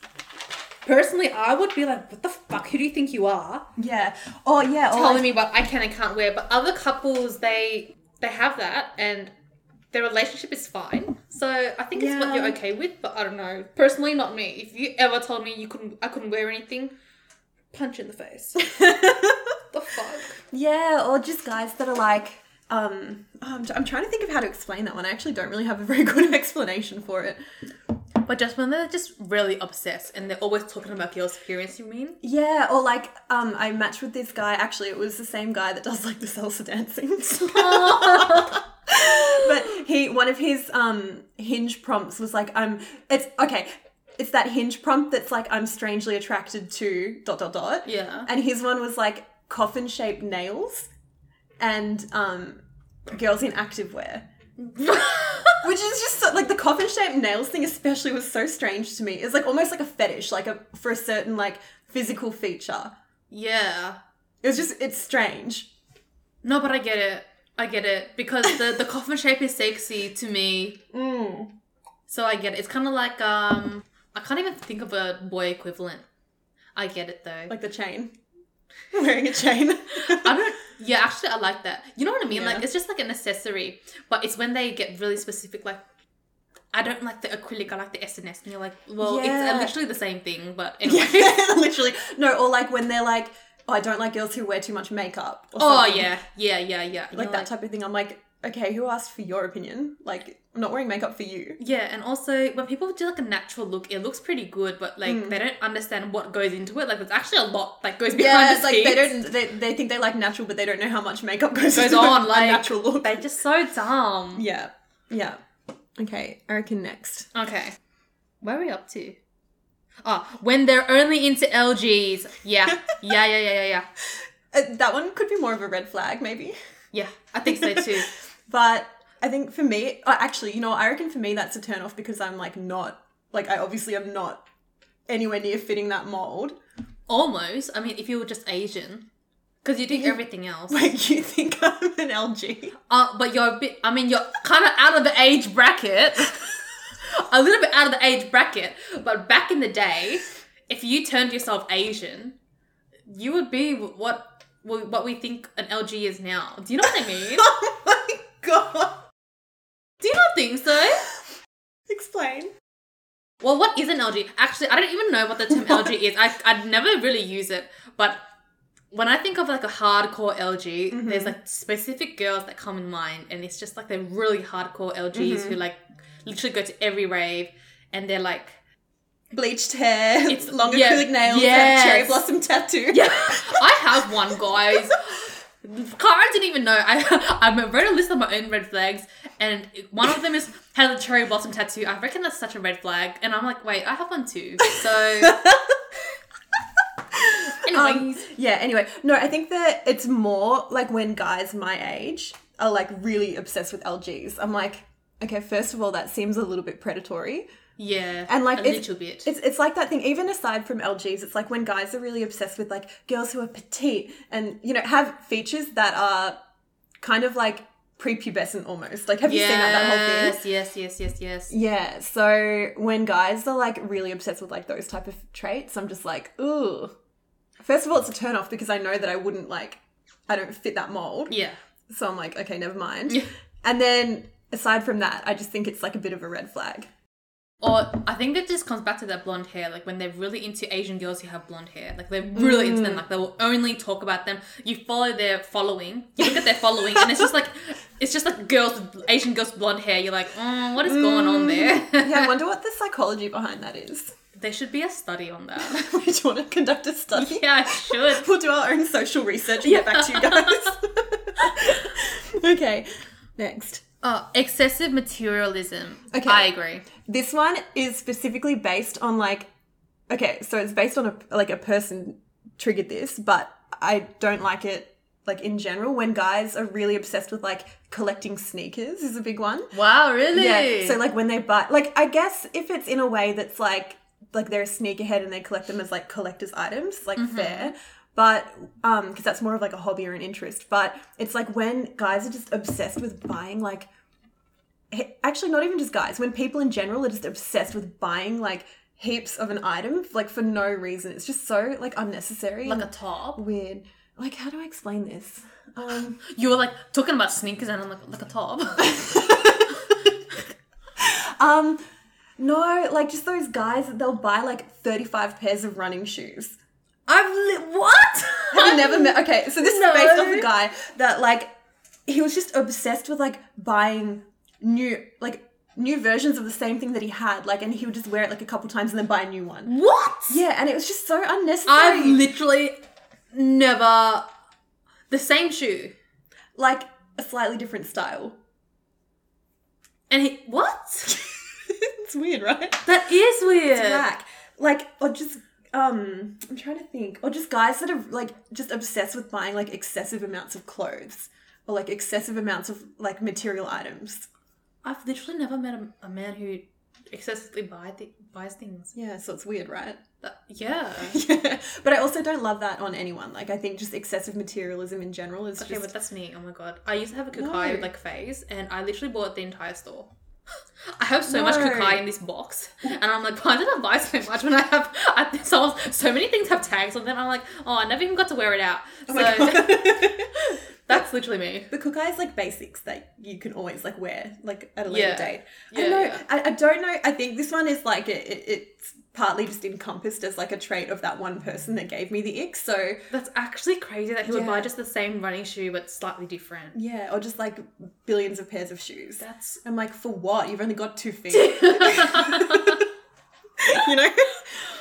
Speaker 1: Personally, I would be like, what the fuck? Who do you think you are?
Speaker 2: Yeah. Oh yeah. or
Speaker 1: Telling
Speaker 2: like-
Speaker 1: me what I can and can't wear. But other couples, they they have that and. Their relationship is fine, so I think it's
Speaker 2: Yeah.
Speaker 1: what you're okay with. But I don't know, personally, not me. If you ever told me you couldn't, I couldn't wear anything, punch in the face. the fuck?
Speaker 2: yeah, or just guys that are like, um, oh, I'm, I'm trying to think of how to explain that one. I actually don't really have a very good explanation for it.
Speaker 1: But just when they're just really obsessed and they're always talking about girls' appearance, you mean?
Speaker 2: Yeah, or like, um, I matched with this guy. Actually, it was the same guy that does like the salsa dancing. but he, one of his um hinge prompts was like, I'm. It's okay. It's that hinge prompt that's like, I'm strangely attracted to dot dot dot.
Speaker 1: Yeah.
Speaker 2: And his one was like coffin shaped nails, and um, girls in activewear. Which is just so, like the coffin shaped nails thing, especially, was so strange to me. It's like almost like a fetish, like a for a certain like physical feature.
Speaker 1: yeah.
Speaker 2: It was just it's strange.
Speaker 1: No, but I get it. I get it. Because the, the coffin shape is sexy to me.
Speaker 2: Mm.
Speaker 1: So I get it. It's kind of like, um, I can't even think of a boy equivalent. I get it though.
Speaker 2: Like the chain, wearing a chain.
Speaker 1: I don't. Yeah, actually, I like that. You know what I mean? Like,
Speaker 2: Yeah.
Speaker 1: it's just like an accessory, but it's when they get really specific. Like, I don't like the acrylic. I like the SNS, and you're like, well, it's
Speaker 2: Yeah.
Speaker 1: uh, literally the same thing, but anyway.
Speaker 2: yeah, literally. No, or like when they're like, oh, I don't like girls who wear too much makeup. Or
Speaker 1: Oh
Speaker 2: something.
Speaker 1: yeah, yeah, yeah, yeah. And
Speaker 2: like
Speaker 1: you're
Speaker 2: that type of thing. I'm like, okay, who asked for your opinion? Like, I'm not wearing makeup for you.
Speaker 1: Yeah, and also when people do like a natural look, it looks pretty good, but like
Speaker 2: Mm.
Speaker 1: they don't understand what goes into it. Like there's actually a lot that goes behind
Speaker 2: Yeah,
Speaker 1: the
Speaker 2: it's like they
Speaker 1: scenes.
Speaker 2: don't. They, they think they like natural, but they don't know how much makeup goes,
Speaker 1: Goes
Speaker 2: into
Speaker 1: on,
Speaker 2: a
Speaker 1: like,
Speaker 2: natural look.
Speaker 1: They're just so dumb.
Speaker 2: yeah, yeah. Okay, Erica next.
Speaker 1: Okay. Where are we up to? Oh, when they're only into LGs. Yeah. Yeah, yeah, yeah, yeah, yeah.
Speaker 2: Uh, that one could be more of a red flag, maybe.
Speaker 1: Yeah, I think so too.
Speaker 2: But I think for me, oh, actually, you know, I reckon for me that's a turn off because I'm like not like I obviously am not anywhere near fitting that mold.
Speaker 1: Almost. I mean, if you were just Asian, because you do
Speaker 2: Mm-hmm.
Speaker 1: everything else.
Speaker 2: Like you think I'm an LG?
Speaker 1: Uh, but you're a bit, I mean, you're kind of out of the age bracket. a little bit out of the age bracket. But back in the day, if you turned yourself Asian, you would be what what we think an LG is now. Do you know what I mean?
Speaker 2: oh my god!
Speaker 1: do you not think so?
Speaker 2: Explain.
Speaker 1: Well, what is an LG? Actually, I don't even know what the term LG is. I I'd never really use it, but when I think of like a hardcore LG, there's like specific girls that come in mind, and it's just like they're really hardcore LGs who like literally go to every rave, and they're like,
Speaker 2: Bleached hair,
Speaker 1: It's-
Speaker 2: it's long
Speaker 1: yeah,
Speaker 2: acrylic nails, and
Speaker 1: yes.
Speaker 2: cherry blossom tattoo.
Speaker 1: yeah, I have one, guys. Cara didn't even know. I I wrote a list of my own red flags, and one of them is has a cherry blossom tattoo. I reckon that's such a red flag, and I'm like, wait, I have one too. So, anyways.
Speaker 2: Um, yeah, anyway. No, I think that it's more like when guys my age are like really obsessed with LGs. I'm like, okay, first of all, that seems a little bit predatory.
Speaker 1: Yeah.
Speaker 2: And, like,
Speaker 1: a
Speaker 2: it's-
Speaker 1: little bit.
Speaker 2: It's it's like that thing, even aside from LGs, it's like when guys are really obsessed with like girls who are petite and, you know, have features that are kind of like prepubescent almost. Like, have you seen that, that whole thing?
Speaker 1: Yes, yes, yes, yes, yes.
Speaker 2: Yeah, so when guys are like really obsessed with like those type of traits, I'm just like, ooh. First of all, it's a turn off because I know that I wouldn't like, I don't fit that mold.
Speaker 1: Yeah.
Speaker 2: So I'm like, okay, never mind.
Speaker 1: Yeah.
Speaker 2: And then aside from that, I just think it's like a bit of a red flag.
Speaker 1: Or I think that just comes back to that blonde hair, like when they're really into Asian girls who have blonde hair. Like they're really into them, like they will only talk about them. You follow their following, you look at their following, and it's just like it's just like girls with Asian girls with blonde hair. You're like, oh, what is going on there?
Speaker 2: Yeah, I wonder what the psychology behind that is.
Speaker 1: there should be a study on that.
Speaker 2: Do you want to conduct a study?
Speaker 1: yeah, I should.
Speaker 2: We'll do our own social research and get back to you guys. okay, next.
Speaker 1: Oh, excessive materialism.
Speaker 2: Okay.
Speaker 1: I agree.
Speaker 2: This one is specifically based on like okay, so it's based on a like a person triggered this, but I don't like it like in general when guys are really obsessed with like collecting sneakers is a big one.
Speaker 1: Wow, really?
Speaker 2: Yeah. So like when they buy like I guess if it's in a way that's like like they're a sneakerhead and they collect them as like collectors items, like
Speaker 1: Mm-hmm.
Speaker 2: fair. But um because that's more of like a hobby or an interest, but it's like when guys are just obsessed with buying like he- actually not even just guys, when people in general are just obsessed with buying like heaps of an item like for no reason. It's just so like unnecessary.
Speaker 1: like
Speaker 2: and
Speaker 1: a top.
Speaker 2: weird. Like how do I explain this? Um
Speaker 1: You were like talking about sneakers, and I'm like, like a top.
Speaker 2: Um, no, like just those guys that they'll buy like 35 pairs of running shoes.
Speaker 1: I've li- what?
Speaker 2: Have you never met? Okay, so this
Speaker 1: No.
Speaker 2: is based off a guy that like he was just obsessed with like buying new like new versions of the same thing that he had like, and he would just wear it like a couple times and then buy a new one.
Speaker 1: What?
Speaker 2: Yeah, and it was just so unnecessary.
Speaker 1: I've literally never the same shoe.
Speaker 2: like a slightly different style.
Speaker 1: And he what?
Speaker 2: it's weird, right?
Speaker 1: that is weird.
Speaker 2: back. Like, or just um, I'm trying to think, or just guys that are like just obsessed with buying like excessive amounts of clothes or like excessive amounts of like material items.
Speaker 1: I've literally never met a, a man who excessively buy thi- buys things.
Speaker 2: Yeah, so it's weird, right?
Speaker 1: That- yeah.
Speaker 2: Yeah, but I also don't love that on anyone. Like, I think just excessive materialism in general is
Speaker 1: Okay,
Speaker 2: just
Speaker 1: but that's me. Oh my god. I used to have a kukai
Speaker 2: No.
Speaker 1: like phase, and I literally bought the entire store. I have so much
Speaker 2: No.
Speaker 1: kukai in this box, and I'm like, why did I buy so much when I have I, think so, so many things have tags on them? I'm like, oh, I never even got to wear it out.
Speaker 2: Oh my
Speaker 1: so
Speaker 2: God.
Speaker 1: that's literally me.
Speaker 2: The cook eye is like basics that you can always like wear like at a later
Speaker 1: Yeah.
Speaker 2: date.
Speaker 1: Yeah,
Speaker 2: I know.
Speaker 1: yeah.
Speaker 2: I, I don't know. I think this one is like it, it, it's partly just encompassed as like a trait of that one person that gave me the ick. So
Speaker 1: That's actually crazy that he would
Speaker 2: Yeah.
Speaker 1: buy just the same running shoe but slightly different.
Speaker 2: yeah, or just like billions of pairs of shoes.
Speaker 1: That's
Speaker 2: I'm like, for what? You've only got two feet. you know?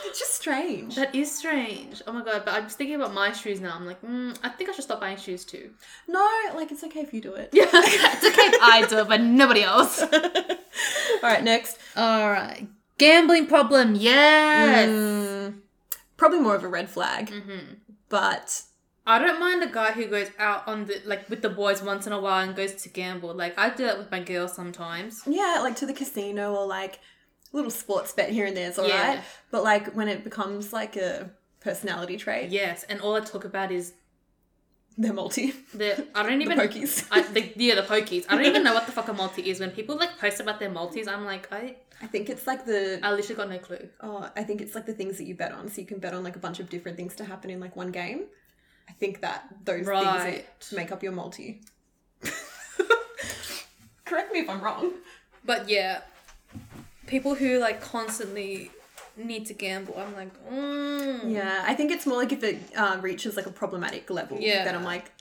Speaker 2: It's just strange.
Speaker 1: that is strange. Oh my god! But I'm just thinking about my shoes now. I'm like, mm, I think I should stop buying shoes too.
Speaker 2: No, like it's okay if you do it.
Speaker 1: Yeah, it's okay if I do, it, but nobody else.
Speaker 2: All right, next.
Speaker 1: All right, gambling problem. Yes.
Speaker 2: Mm, probably more of a red flag,
Speaker 1: Mm-hmm.
Speaker 2: but
Speaker 1: I don't mind the guy who goes out on the like with the boys once in a while and goes to gamble. Like I do that with my girls sometimes.
Speaker 2: yeah, like to the casino or like a little sports bet here and there's all right.
Speaker 1: Yeah.
Speaker 2: But like when it becomes like a personality trait,
Speaker 1: Yes, and all I talk about is
Speaker 2: they're multi,
Speaker 1: the I don't
Speaker 2: the
Speaker 1: even
Speaker 2: pokies.
Speaker 1: I, the, yeah, the pokies. I don't even know what the fuck a multi is. When people like post about their multis, I'm like, I,
Speaker 2: I think it's like the
Speaker 1: I literally got no clue.
Speaker 2: oh, I think it's like the things that you bet on. So you can bet on like a bunch of different things to happen in like one game. I think that those
Speaker 1: Right.
Speaker 2: things that make up your multi. Correct me if I'm wrong.
Speaker 1: But yeah, people who like constantly need to gamble, I'm like, mm.
Speaker 2: Yeah, I think it's more like if it uh, reaches like a problematic level,
Speaker 1: Yeah.
Speaker 2: then I'm like,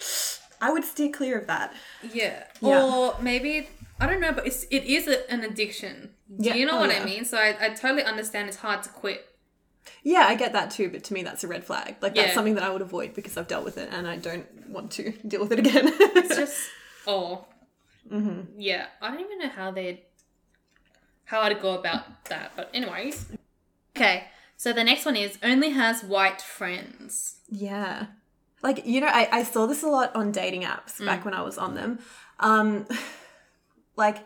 Speaker 2: I would steer clear of that.
Speaker 1: yeah,
Speaker 2: Yeah.
Speaker 1: Or maybe I don't know, but it's it is a, an addiction.
Speaker 2: Yeah.
Speaker 1: Do you know
Speaker 2: Oh,
Speaker 1: what
Speaker 2: yeah.
Speaker 1: I mean? So I, I totally understand. It's hard to quit.
Speaker 2: Yeah, I get that too, but to me, that's a red flag. Like that's
Speaker 1: Yeah.
Speaker 2: something that I would avoid because I've dealt with it and I don't want to deal with it again.
Speaker 1: It's just oh,
Speaker 2: Mm-hmm.
Speaker 1: yeah. I don't even know how they how I'd go about that. But anyways, okay. So the next one is only has white friends.
Speaker 2: Yeah. Like, you know, I, I saw this a lot on dating apps
Speaker 1: Mm.
Speaker 2: back when I was on them. Um, like,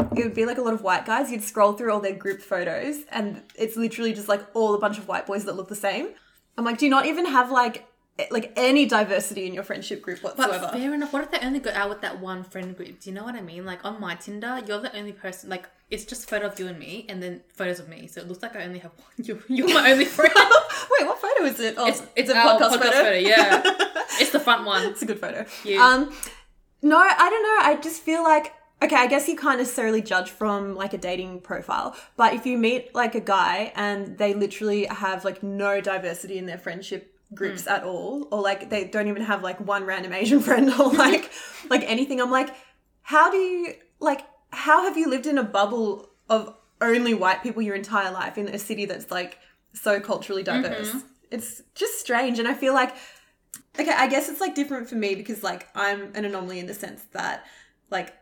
Speaker 2: it would be like a lot of white guys. You'd scroll through all their group photos, and it's literally just like all a bunch of white boys that look the same. I'm like, do you not even have like e- like any diversity in your friendship group
Speaker 1: But
Speaker 2: whatsoever?
Speaker 1: fair enough. What if they only go out with that one friend group? Do you know what I mean? Like on my Tinder, you're the only person. Like it's just photo of you and me, and then photos of me. So it looks like I only have one. You're, you're my only friend.
Speaker 2: Wait, what photo is it? Oh,
Speaker 1: It's, it's our podcast, photo. Yeah, it's the front one.
Speaker 2: It's a good photo.
Speaker 1: Yeah.
Speaker 2: Um, no, I don't know. I just feel like okay. I guess you can't necessarily judge from like a dating profile, but if you meet like a guy and they literally have like no diversity in their friendship groups at all, or like they don't even have like one random Asian friend or like like anything, I'm like, how do you like? How have you lived in a bubble of only white people your entire life in a city that's like so culturally diverse? It's just strange, and I feel like Okay, I guess it's like different for me because like I'm an anomaly in the sense that like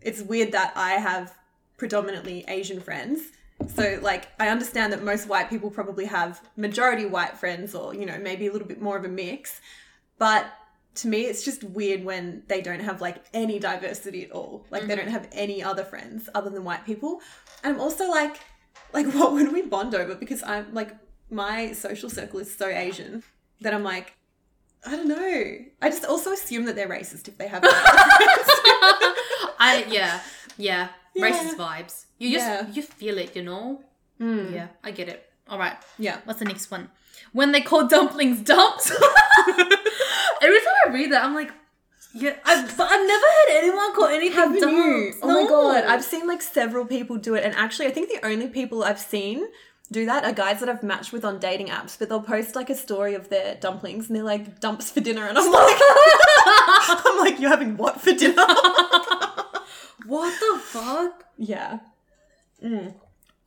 Speaker 2: it's weird that I have predominantly Asian friends. So like I understand that most white people probably have majority white friends or you know maybe a little bit more of a mix, but to me it's just weird when they don't have like any diversity at all. Like they don't have any other friends other than white people. And I'm also like like what would we bond over because I'm like my social circle is so Asian that I'm like I don't know. I just also assume that they're racist if they have.
Speaker 1: I yeah yeah,
Speaker 2: Yeah.
Speaker 1: racist vibes. You just
Speaker 2: Yeah.
Speaker 1: you feel it. You know.
Speaker 2: Mm.
Speaker 1: Yeah, I get it. All right.
Speaker 2: yeah.
Speaker 1: What's the next one? When they call dumplings dumps. Every time I read that, I'm like, yeah, I've, but I've never heard anyone call anything
Speaker 2: Haven't you?
Speaker 1: dumps.
Speaker 2: Oh my
Speaker 1: No.
Speaker 2: god! I've seen like several people do it, and actually, I think the only people I've seen do that are guys that I've matched with on dating apps. But they'll post like a story of their dumplings, and they're like dumps for dinner, and I'm like, I'm like, you're having what for dinner?
Speaker 1: what the fuck?
Speaker 2: yeah.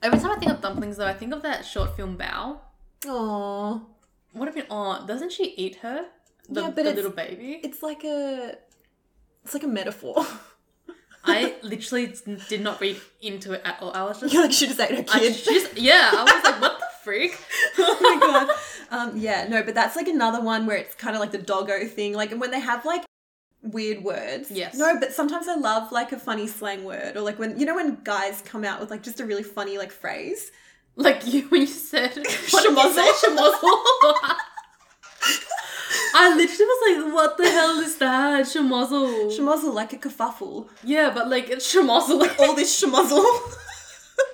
Speaker 1: Every time I think of dumplings, though, I think of that short film Bow.
Speaker 2: Aww.
Speaker 1: What have been on? Doesn't she eat her? The,
Speaker 2: Yeah, but
Speaker 1: the
Speaker 2: it's-
Speaker 1: little baby.
Speaker 2: It's like a, it's like a metaphor.
Speaker 1: I literally did not read into it at all. I was just,
Speaker 2: You're like, she just ate her
Speaker 1: I
Speaker 2: kid.
Speaker 1: just- yeah, I was like, what the freak?
Speaker 2: oh my god. Um, yeah, no, but that's like another one where it's kind of like the doggo thing. Like, and when they have like weird words.
Speaker 1: Yes.
Speaker 2: No, but sometimes I love like a funny slang word or like when, you know, when guys come out with like just a really funny like phrase.
Speaker 1: Like you when you said
Speaker 2: Shamozzle.
Speaker 1: shamozzle. I literally was like, what the hell is that? Shamozzle.
Speaker 2: Shemozzle, like a kerfuffle.
Speaker 1: yeah, but like it's shamozzle.
Speaker 2: All this shemozzle.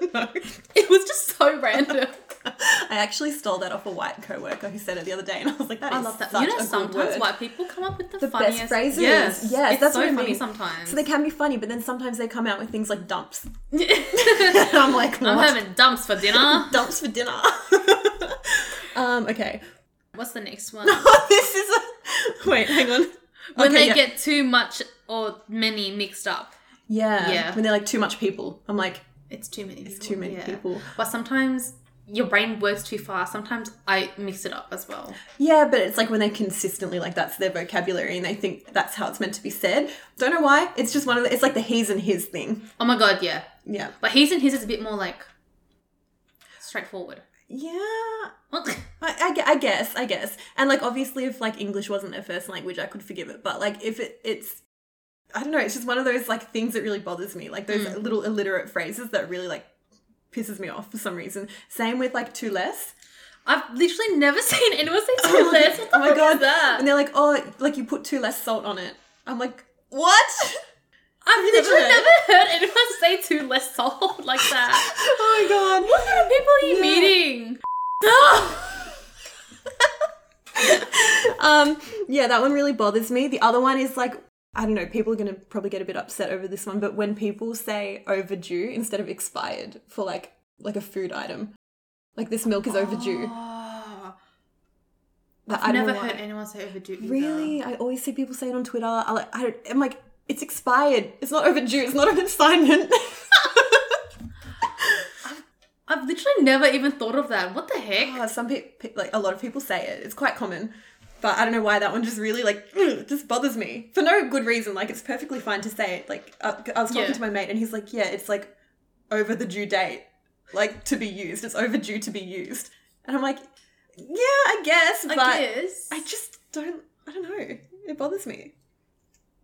Speaker 2: no.
Speaker 1: it was just so random.
Speaker 2: I actually stole that off a white coworker who said it the other day, and I was like, that is
Speaker 1: I love that.
Speaker 2: such
Speaker 1: You know,
Speaker 2: a good
Speaker 1: sometimes
Speaker 2: word.
Speaker 1: white people come up with the,
Speaker 2: the
Speaker 1: funniest
Speaker 2: best phrases.
Speaker 1: Yes,
Speaker 2: yes,
Speaker 1: it's
Speaker 2: that's
Speaker 1: so
Speaker 2: what I
Speaker 1: funny
Speaker 2: mean.
Speaker 1: sometimes.
Speaker 2: So they can be funny, but then sometimes they come out with things like dumps.
Speaker 1: I'm
Speaker 2: I'm like, what?
Speaker 1: having dumps for dinner.
Speaker 2: dumps for dinner. um, okay.
Speaker 1: What's the next one?
Speaker 2: Oh, this is a wait. Hang on.
Speaker 1: When
Speaker 2: Okay,
Speaker 1: they
Speaker 2: yeah.
Speaker 1: get too much or many mixed up.
Speaker 2: yeah,
Speaker 1: Yeah.
Speaker 2: when they're like too much people, I'm like
Speaker 1: It's too many. It's
Speaker 2: too many people.
Speaker 1: But sometimes your brain works too fast. Sometimes I mix it up as well.
Speaker 2: Yeah, but it's like when they consistently like that's their vocabulary and they think that's how it's meant to be said. Don't know why. It's just one of the, it's like the he's and his thing.
Speaker 1: Oh my god, yeah.
Speaker 2: Yeah.
Speaker 1: But his and his is a bit more like straightforward.
Speaker 2: Yeah.
Speaker 1: What?
Speaker 2: I, I, gue- I guess, I guess. And like obviously if like English wasn't their first language, I could forgive it. But like if it, it's I don't know, it's just one of those like things that really bothers me. Like those
Speaker 1: Hmm.
Speaker 2: little illiterate phrases that really like pisses me off for some reason. Same with like two less.
Speaker 1: I've literally never seen anyone say
Speaker 2: Oh
Speaker 1: two
Speaker 2: my-
Speaker 1: less. What the
Speaker 2: oh my
Speaker 1: fuck
Speaker 2: god!
Speaker 1: is that?
Speaker 2: And they're like, oh, like you put two less salt on it. I'm like, what?
Speaker 1: I've
Speaker 2: you never
Speaker 1: literally
Speaker 2: heard?
Speaker 1: never heard anyone say two less salt like that.
Speaker 2: oh my god!
Speaker 1: What kind of people are you
Speaker 2: Yeah.
Speaker 1: meeting?
Speaker 2: Um, yeah, that one really bothers me. The other one is like, I don't know, people are gonna probably get a bit upset over this one, but when people say overdue instead of expired for like like a food item, like this milk is overdue.
Speaker 1: Oh,
Speaker 2: That
Speaker 1: I've
Speaker 2: I don't
Speaker 1: never
Speaker 2: know why.
Speaker 1: heard anyone say overdue. Either.
Speaker 2: Really, I always see people say it on Twitter. I like, I, I'm like, it's expired. It's not overdue. It's not an assignment.
Speaker 1: I've literally never even thought of that. What the heck?
Speaker 2: Oh, some people, like a lot of people say it. It's quite common, but I don't know why that one just really like mm, just bothers me for no good reason. Like it's perfectly fine to say it. Like I, I was talking
Speaker 1: Yeah.
Speaker 2: to my mate and he's like, yeah, it's like over the due date, like to be used. It's overdue to be used, and I'm like, yeah, I guess, but
Speaker 1: I guess.
Speaker 2: I just don't. I don't know. It bothers me.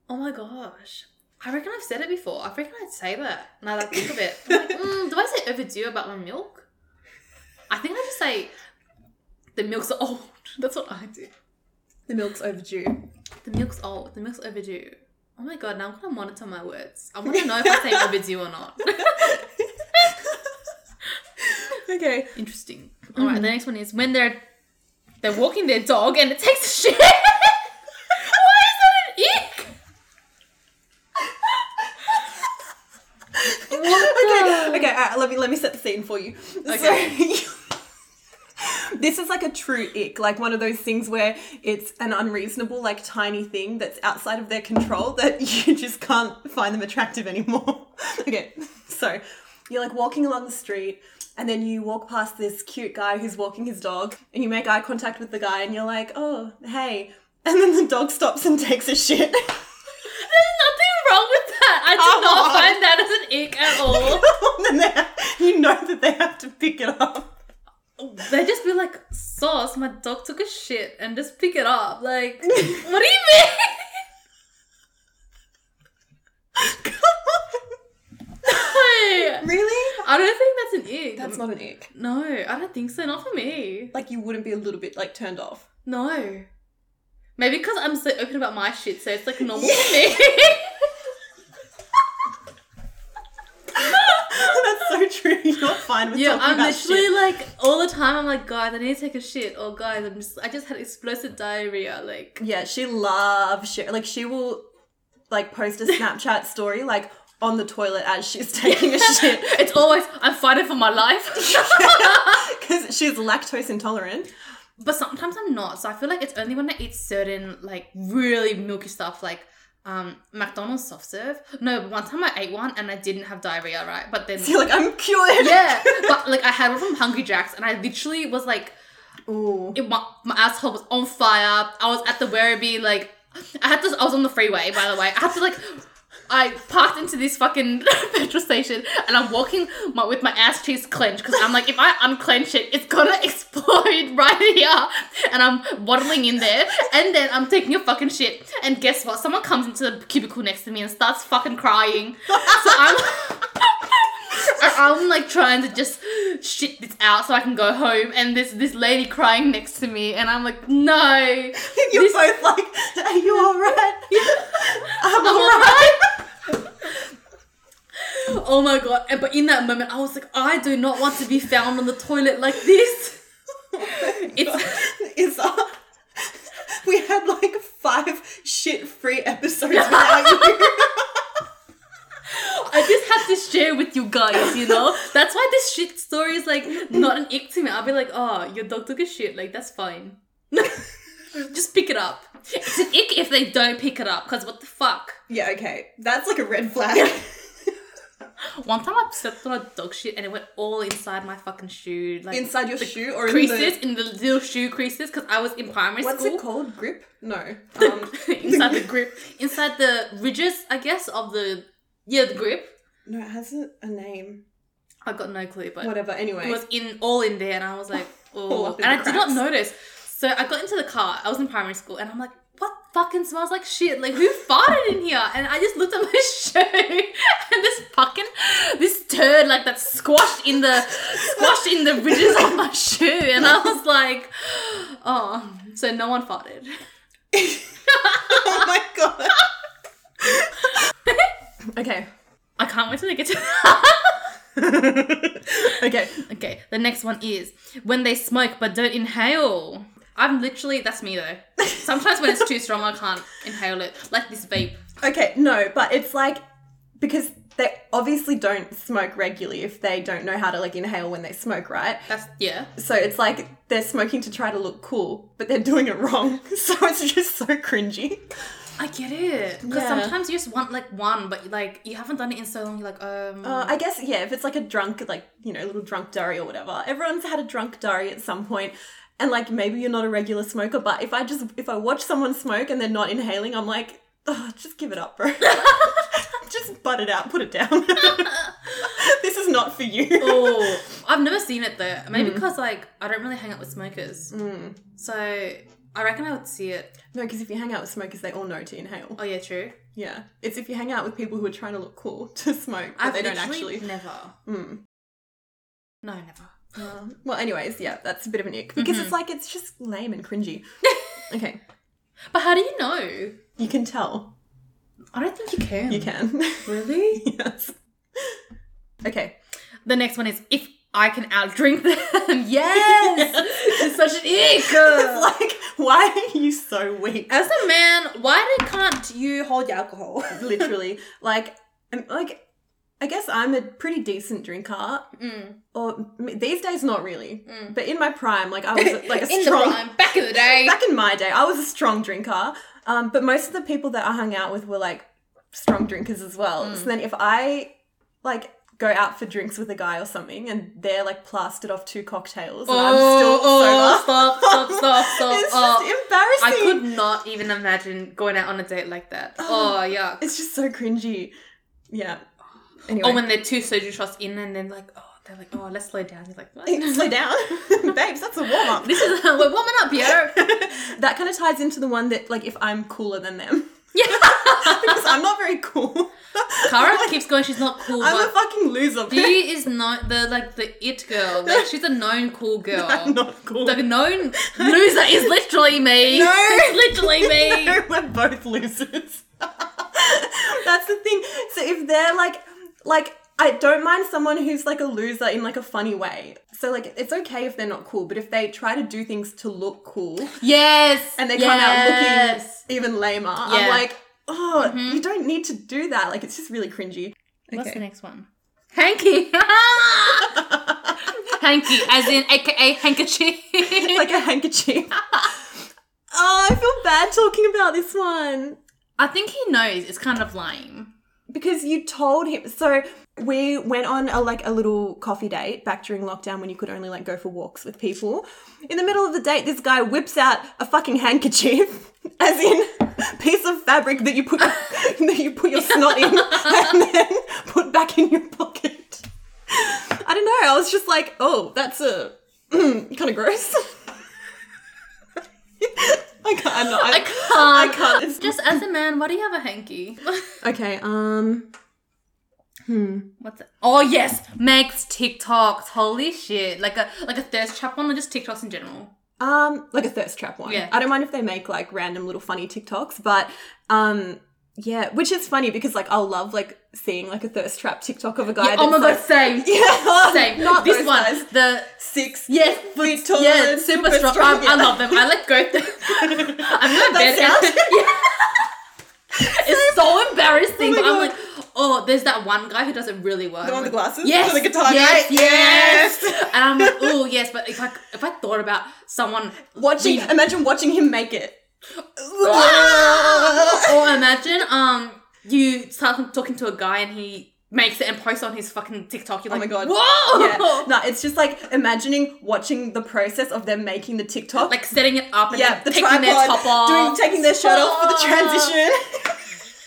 Speaker 1: oh my gosh. I reckon I've said it before. I reckon I'd say that now that I think of it. I'm like, mm, do I say overdue about my milk? I think I just say the milk's old. That's what I do.
Speaker 2: The milk's overdue.
Speaker 1: The milk's old. The milk's overdue. Oh my god, now I'm gonna monitor my words. I wanna know if I say overdue or not.
Speaker 2: Okay.
Speaker 1: Interesting. Alright, the next one is when they're they're walking their dog and it takes a shit. Why is that an ick? What the-
Speaker 2: okay, okay. Uh, let me let me set the scene for you.
Speaker 1: Okay.
Speaker 2: So, this is like a true ick, like one of those things where it's an unreasonable, like tiny thing that's outside of their control that you just can't find them attractive anymore. okay, so you're like walking along the street. And then you walk past this cute guy who's walking his dog, and you make eye contact with the guy, and you're like, oh, hey. And then the dog stops and takes a shit.
Speaker 1: There's nothing wrong with that. I do not find that as an
Speaker 2: Come on.
Speaker 1: ick at all.
Speaker 2: and then they- you know that they have to pick it up.
Speaker 1: they just be like, sauce, my dog took a shit and just pick it up. Like, what do you mean? No.
Speaker 2: Really?
Speaker 1: I don't think that's an ick.
Speaker 2: That's not an ick.
Speaker 1: No, I don't think so. Not for me.
Speaker 2: Like you wouldn't be a little bit like turned off.
Speaker 1: No. Maybe because I'm so open about my shit, so it's like normal
Speaker 2: Yeah.
Speaker 1: for me.
Speaker 2: That's so true. You're fine with
Speaker 1: yeah,
Speaker 2: talking
Speaker 1: I'm
Speaker 2: about
Speaker 1: literally
Speaker 2: shit.
Speaker 1: like all the time. I'm like, guys, I need to take a shit, or guys, I'm just, I just had explosive diarrhea. Like,
Speaker 2: Yeah, she loves shit. Like she will like post a Snapchat story like on the toilet as she's taking a shit
Speaker 1: it's always I'm fighting for my life.
Speaker 2: because she's lactose intolerant.
Speaker 1: but sometimes I'm not. So I feel like it's only when I eat certain like really milky stuff, like um McDonald's soft serve. No, but one time I ate one and I didn't have diarrhea, right? But then
Speaker 2: So you're like, I'm cured.
Speaker 1: yeah, but like I had one from Hungry Jack's and I literally was like,
Speaker 2: Ooh.
Speaker 1: it, my, my asshole was on fire. I was at the Werribee, like I had to. I was on the freeway, by the way. I had to like. I parked into this fucking petrol station and I'm walking my, with my ass cheeks clenched because I'm like, if I unclench it, it's gonna explode right here. And I'm waddling in there and then I'm taking a fucking shit. And guess what? Someone comes into the cubicle next to me and starts fucking crying. So I'm. I- I'm like trying to just shit this out so I can go home, and there's this lady crying next to me, and I'm like, no,
Speaker 2: You're
Speaker 1: this-
Speaker 2: both like, are you alright? I'm,
Speaker 1: I'm
Speaker 2: alright.
Speaker 1: alright. oh my god! And- But in that moment, I was like, I do not want to be found on the toilet like this.
Speaker 2: It's is uh, we had like five shit free episodes without you.
Speaker 1: I just have to share with you guys, you know? That's why this shit story is like not an ick to me. I'll be like, oh, your dog took a shit. Like, that's fine. just pick it up. It's an ick if they don't pick it up, because what the fuck?
Speaker 2: Yeah, okay, that's like a red flag.
Speaker 1: One time I stepped on a dog shit and it went all inside my fucking shoe. Like,
Speaker 2: Inside your shoe or in the-
Speaker 1: creases, in the little shoe creases, because I was in primary
Speaker 2: What's
Speaker 1: school.
Speaker 2: it called? Grip? No. Um,
Speaker 1: inside the grip, inside the ridges, I guess, of the yeah, the grip.
Speaker 2: no, it has a, a name.
Speaker 1: I got no clue, but
Speaker 2: Whatever. Anyway.
Speaker 1: it was in all in there, and I was like,
Speaker 2: All
Speaker 1: oh,
Speaker 2: up in
Speaker 1: and I
Speaker 2: the
Speaker 1: did not
Speaker 2: cracks.
Speaker 1: notice. So I got into the car. I was in primary school, and I'm like, what fucking smells like shit? Like who farted in here? And I just looked at my shoe, and this fucking this turd like that squashed in the squashed in the ridges of my shoe, and I was like, oh, so no one farted.
Speaker 2: oh my god. okay.
Speaker 1: I can't wait till they get to.
Speaker 2: okay.
Speaker 1: Okay, the next one is when they smoke but don't inhale. I'm literally that's me though. Sometimes when it's too strong, I can't inhale it, like this vape.
Speaker 2: Okay, no, but it's like because they obviously don't smoke regularly if they don't know how to like inhale when they smoke, right?
Speaker 1: That's yeah.
Speaker 2: So it's like they're smoking to try to look cool, but they're doing it wrong. So it's just so cringy.
Speaker 1: I get it because
Speaker 2: Yeah.
Speaker 1: sometimes you just want like one, but like you haven't done it in so long. You're like, um,
Speaker 2: Uh, I guess yeah, if it's like a drunk, like you know, little drunk diary or whatever. Everyone's had a drunk diary at some point, and like maybe you're not a regular smoker, but if I just if I watch someone smoke and they're not inhaling, I'm like, oh, just give it up, bro. just butt it out, put it down. this is not for you.
Speaker 1: oh, I've never seen it though. Maybe
Speaker 2: Mm.
Speaker 1: because like I don't really hang out with smokers, so I reckon I would see it.
Speaker 2: No, because if you hang out with smokers, they all know to inhale.
Speaker 1: Oh yeah, true.
Speaker 2: Yeah, it's if you hang out with people who are trying to look cool to smoke, but
Speaker 1: I've
Speaker 2: they don't
Speaker 1: literally
Speaker 2: actually.
Speaker 1: never.
Speaker 2: Mm.
Speaker 1: No, never.
Speaker 2: Um, Well, anyways, yeah, that's a bit of an
Speaker 1: Mm-hmm.
Speaker 2: ick because it's like it's just lame and cringy. okay,
Speaker 1: But how do you know?
Speaker 2: you can tell.
Speaker 1: I don't think you can.
Speaker 2: You can.
Speaker 1: Really?
Speaker 2: yes. Okay.
Speaker 1: The next one is if I can outdrink them. yes, it's such an ick.
Speaker 2: It's like, why are you so weak?
Speaker 1: As a man, why do- can't you hold your alcohol?
Speaker 2: Literally, like, I'm, like, I guess I'm a pretty decent drinker.
Speaker 1: Mm,
Speaker 2: Or m- these days, not really.
Speaker 1: Mm.
Speaker 2: But in my prime, like I was like a
Speaker 1: in
Speaker 2: strong.
Speaker 1: the prime, back in the day.
Speaker 2: back in my day, I was a strong drinker. Um, but most of the people that I hung out with were like strong drinkers as well.
Speaker 1: Mm.
Speaker 2: So then if I like go out for drinks with a guy or something and they're like plastered off two cocktails and I'm still
Speaker 1: oh,
Speaker 2: sober.
Speaker 1: stop, stop, stop, stop.
Speaker 2: It's
Speaker 1: oh, I
Speaker 2: just embarrassing.
Speaker 1: could not even imagine going out on a date like that. Oh, yeah.
Speaker 2: It's just so cringy. Yeah. Anyway.
Speaker 1: Or Oh, when they're two soju shots in and then like, oh, they're like, oh, let's slow down. You're like, what?
Speaker 2: Slow down. Babes, that's a warm up.
Speaker 1: this is we're warming up, yo.
Speaker 2: that kind of ties into the one that, like, if I'm cooler than them.
Speaker 1: Yeah.
Speaker 2: because I'm not very cool.
Speaker 1: Kara keeps going. She's not cool.
Speaker 2: I'm
Speaker 1: but-
Speaker 2: a fucking loser.
Speaker 1: She is not the like the it girl. Like she's a known cool girl.
Speaker 2: I'm not cool.
Speaker 1: The known loser is literally me.
Speaker 2: No.
Speaker 1: It's literally me.
Speaker 2: No, we're both losers. That's the thing. So if they're like, like, I don't mind someone who's like a loser in like a funny way. So like, it's okay if they're not cool, but if they try to do things to look cool
Speaker 1: Yes.
Speaker 2: and they
Speaker 1: yes.
Speaker 2: come out looking even lamer,
Speaker 1: Yeah. Mm-hmm.
Speaker 2: I'm like, oh, you don't need to do that. Like, it's just really cringy.
Speaker 1: What's the next one? Hanky. Hanky, as in AKA handkerchief.
Speaker 2: It's like a handkerchief. oh, I feel bad talking about this one.
Speaker 1: I think he knows. It's kind of lame.
Speaker 2: because you told him so we went on a like a little coffee date back during lockdown when you could only like go for walks with people in the middle of the date this guy whips out a fucking handkerchief as in piece of fabric that you put that you put your snot in and then put back in your pocket i don't know i was just like oh that's a kind of gross I can't. I'm not, I,
Speaker 1: I can't.
Speaker 2: I can't. It's-
Speaker 1: Just as a man, why do you have a hanky?
Speaker 2: Okay. Um.
Speaker 1: What's that? Oh yes, Meg's TikToks. Holy shit! Like a like a thirst trap one, or just TikToks in general.
Speaker 2: Um, like a thirst trap one.
Speaker 1: Yeah.
Speaker 2: I don't mind if they make like random little funny TikToks, but um, yeah, which is funny because like I'll love like seeing like a thirst trap TikTok of a guy.
Speaker 1: Yeah, oh my god,
Speaker 2: that's,
Speaker 1: same.
Speaker 2: like- yeah,
Speaker 1: Same.
Speaker 2: not
Speaker 1: this
Speaker 2: those
Speaker 1: one.
Speaker 2: guys.
Speaker 1: The
Speaker 2: six.
Speaker 1: Yes, but
Speaker 2: feet tall
Speaker 1: yeah,
Speaker 2: and
Speaker 1: super,
Speaker 2: super
Speaker 1: strong.
Speaker 2: strong,
Speaker 1: I, I
Speaker 2: yeah.
Speaker 1: love them. I like go through. I'm gonna
Speaker 2: That
Speaker 1: bed
Speaker 2: sounds-
Speaker 1: Yeah. It's so embarrassing.
Speaker 2: Oh my
Speaker 1: but I'm
Speaker 2: God.
Speaker 1: like, oh, there's that one guy who does it really well.
Speaker 2: The one
Speaker 1: I'm
Speaker 2: with the
Speaker 1: like,
Speaker 2: glasses?
Speaker 1: Yes,
Speaker 2: With the guitar
Speaker 1: yes,
Speaker 2: guy?
Speaker 1: yes.
Speaker 2: Yes.
Speaker 1: And I'm like, oh yes, but if I if I thought about someone
Speaker 2: Watching,
Speaker 1: We-
Speaker 2: imagine watching him make it.
Speaker 1: or imagine um you start talking to a guy and he makes it and posts on his fucking TikTok. You're
Speaker 2: Oh
Speaker 1: like,
Speaker 2: my god.
Speaker 1: whoa,
Speaker 2: Yeah. No, it's just like imagining watching the process of them making the TikTok.
Speaker 1: like setting it up and
Speaker 2: yeah,
Speaker 1: then
Speaker 2: the
Speaker 1: taking
Speaker 2: tripod,
Speaker 1: their top off,
Speaker 2: doing taking their shirt off for the
Speaker 1: Fuck.
Speaker 2: transition.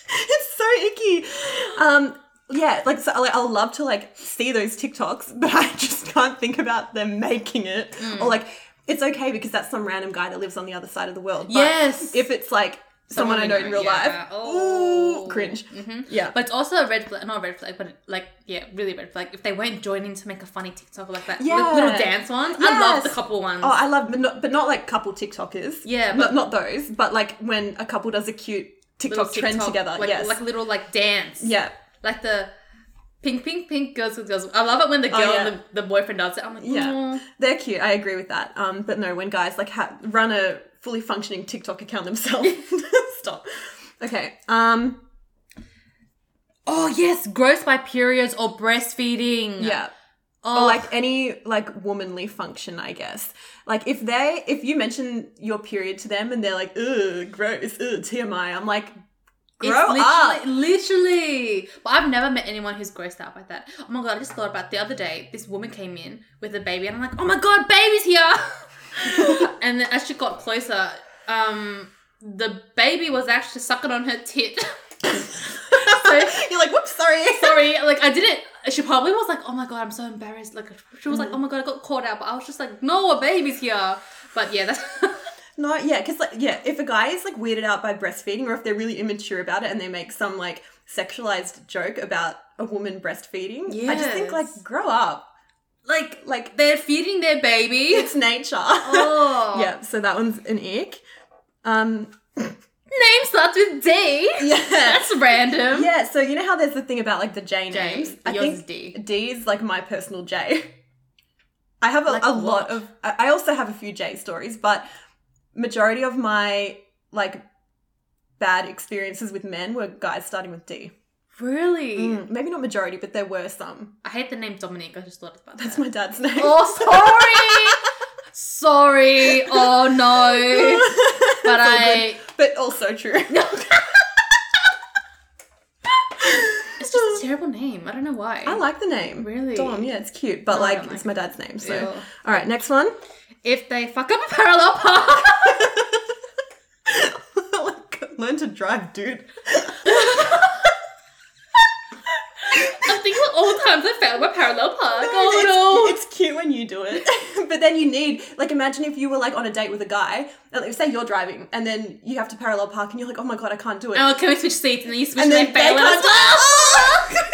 Speaker 2: it's so icky. Um, yeah, like so, like, I love to like see those TikToks, but I just can't think about them making it
Speaker 1: Mm.
Speaker 2: or like it's okay because that's some random guy that lives on the other side of the world. But
Speaker 1: Yes.
Speaker 2: if it's like someone, I know in real
Speaker 1: yeah.
Speaker 2: life,
Speaker 1: Oh.
Speaker 2: ooh, cringe.
Speaker 1: Mhm.
Speaker 2: Yeah,
Speaker 1: But it's also a red flag, not a red flag, but like, yeah, really red flag. If they weren't joining to make a funny TikTok like that,
Speaker 2: Yeah.
Speaker 1: like little dance ones. I love
Speaker 2: Yes.
Speaker 1: the couple ones.
Speaker 2: Oh, I love, but not, but not like couple TikTokers.
Speaker 1: Yeah,
Speaker 2: not, not those, but like when a couple does a cute
Speaker 1: Little
Speaker 2: TikTok, trend
Speaker 1: TikTok,
Speaker 2: together.
Speaker 1: Like,
Speaker 2: yes,
Speaker 1: Like little like dance.
Speaker 2: yeah,
Speaker 1: Like the pink, pink, pink girls with girls. I love it when the girl
Speaker 2: Oh, yeah.
Speaker 1: and the, the boyfriend does it. I'm like,
Speaker 2: yeah,
Speaker 1: yeah.
Speaker 2: they're cute. I agree with that. Um, but no, when guys like ha- run a fully functioning TikTok account themselves, stop. Okay. Um.
Speaker 1: Oh, yes, gross by periods or breastfeeding.
Speaker 2: Yeah.
Speaker 1: Oh,
Speaker 2: Or like any like womanly function, I guess. Like if they if you mention your period to them and they're like, ugh, gross, ugh, TMI, I'm like,
Speaker 1: it's
Speaker 2: grow
Speaker 1: literally,
Speaker 2: up.
Speaker 1: literally. But I've never met anyone who's grossed out by that. Oh my god, I just thought about it. the other day. This woman came in with a baby, and I'm like, oh my god, baby's here. and then as she got closer, um, the baby was actually sucking on her tit. so
Speaker 2: You're like, whoops, sorry.
Speaker 1: sorry, like I didn't. She probably was like, oh my god, I'm so embarrassed. Like she was like, oh my god, I got caught out. But I was just like, no, a baby's here. But yeah, that's.
Speaker 2: No, yeah, because like yeah, if a guy is like weirded out by breastfeeding, or if they're really immature about it, and they make some like sexualized joke about a woman breastfeeding, I just think like
Speaker 1: Yes.
Speaker 2: grow up.
Speaker 1: like
Speaker 2: Like
Speaker 1: they're feeding their baby.
Speaker 2: it's nature.
Speaker 1: Oh.
Speaker 2: yeah, so that one's an ick. Um,
Speaker 1: Name starts with D.
Speaker 2: yeah,
Speaker 1: That's random.
Speaker 2: yeah. So you know how there's the thing about like the J
Speaker 1: J.
Speaker 2: names. I
Speaker 1: Yours
Speaker 2: think
Speaker 1: is D.
Speaker 2: D is like my personal J. I have a,
Speaker 1: Like
Speaker 2: a
Speaker 1: what?
Speaker 2: lot of. I I also have a few J stories, but majority of my like bad experiences with men were guys starting with D.
Speaker 1: Really?
Speaker 2: Mm, maybe not majority, but there were some.
Speaker 1: I hate the name Dominique. I just thought about
Speaker 2: That's
Speaker 1: that.
Speaker 2: my dad's name.
Speaker 1: Oh, sorry. sorry. Oh no. But
Speaker 2: It's all
Speaker 1: I.
Speaker 2: good, but also true.
Speaker 1: It's just a terrible name. I don't know why.
Speaker 2: I like the name.
Speaker 1: Really?
Speaker 2: Dom, yeah, it's cute, but
Speaker 1: No, I
Speaker 2: like,
Speaker 1: don't
Speaker 2: it's
Speaker 1: like
Speaker 2: my dad's name. So,
Speaker 1: Ew.
Speaker 2: all right, next one.
Speaker 1: If they fuck up a parallel park.
Speaker 2: like, learn to drive, dude.
Speaker 1: I think of all the times I failed my parallel park.
Speaker 2: it's,
Speaker 1: oh
Speaker 2: It's cute when you do it. but then you need, like, imagine if you were, like, on a date with a guy, and like, say you're driving, and then you have to parallel park, and you're like, oh my god, I can't do it.
Speaker 1: no. Oh, can we switch seats and then you switch
Speaker 2: and
Speaker 1: and,
Speaker 2: then
Speaker 1: I fail it as well?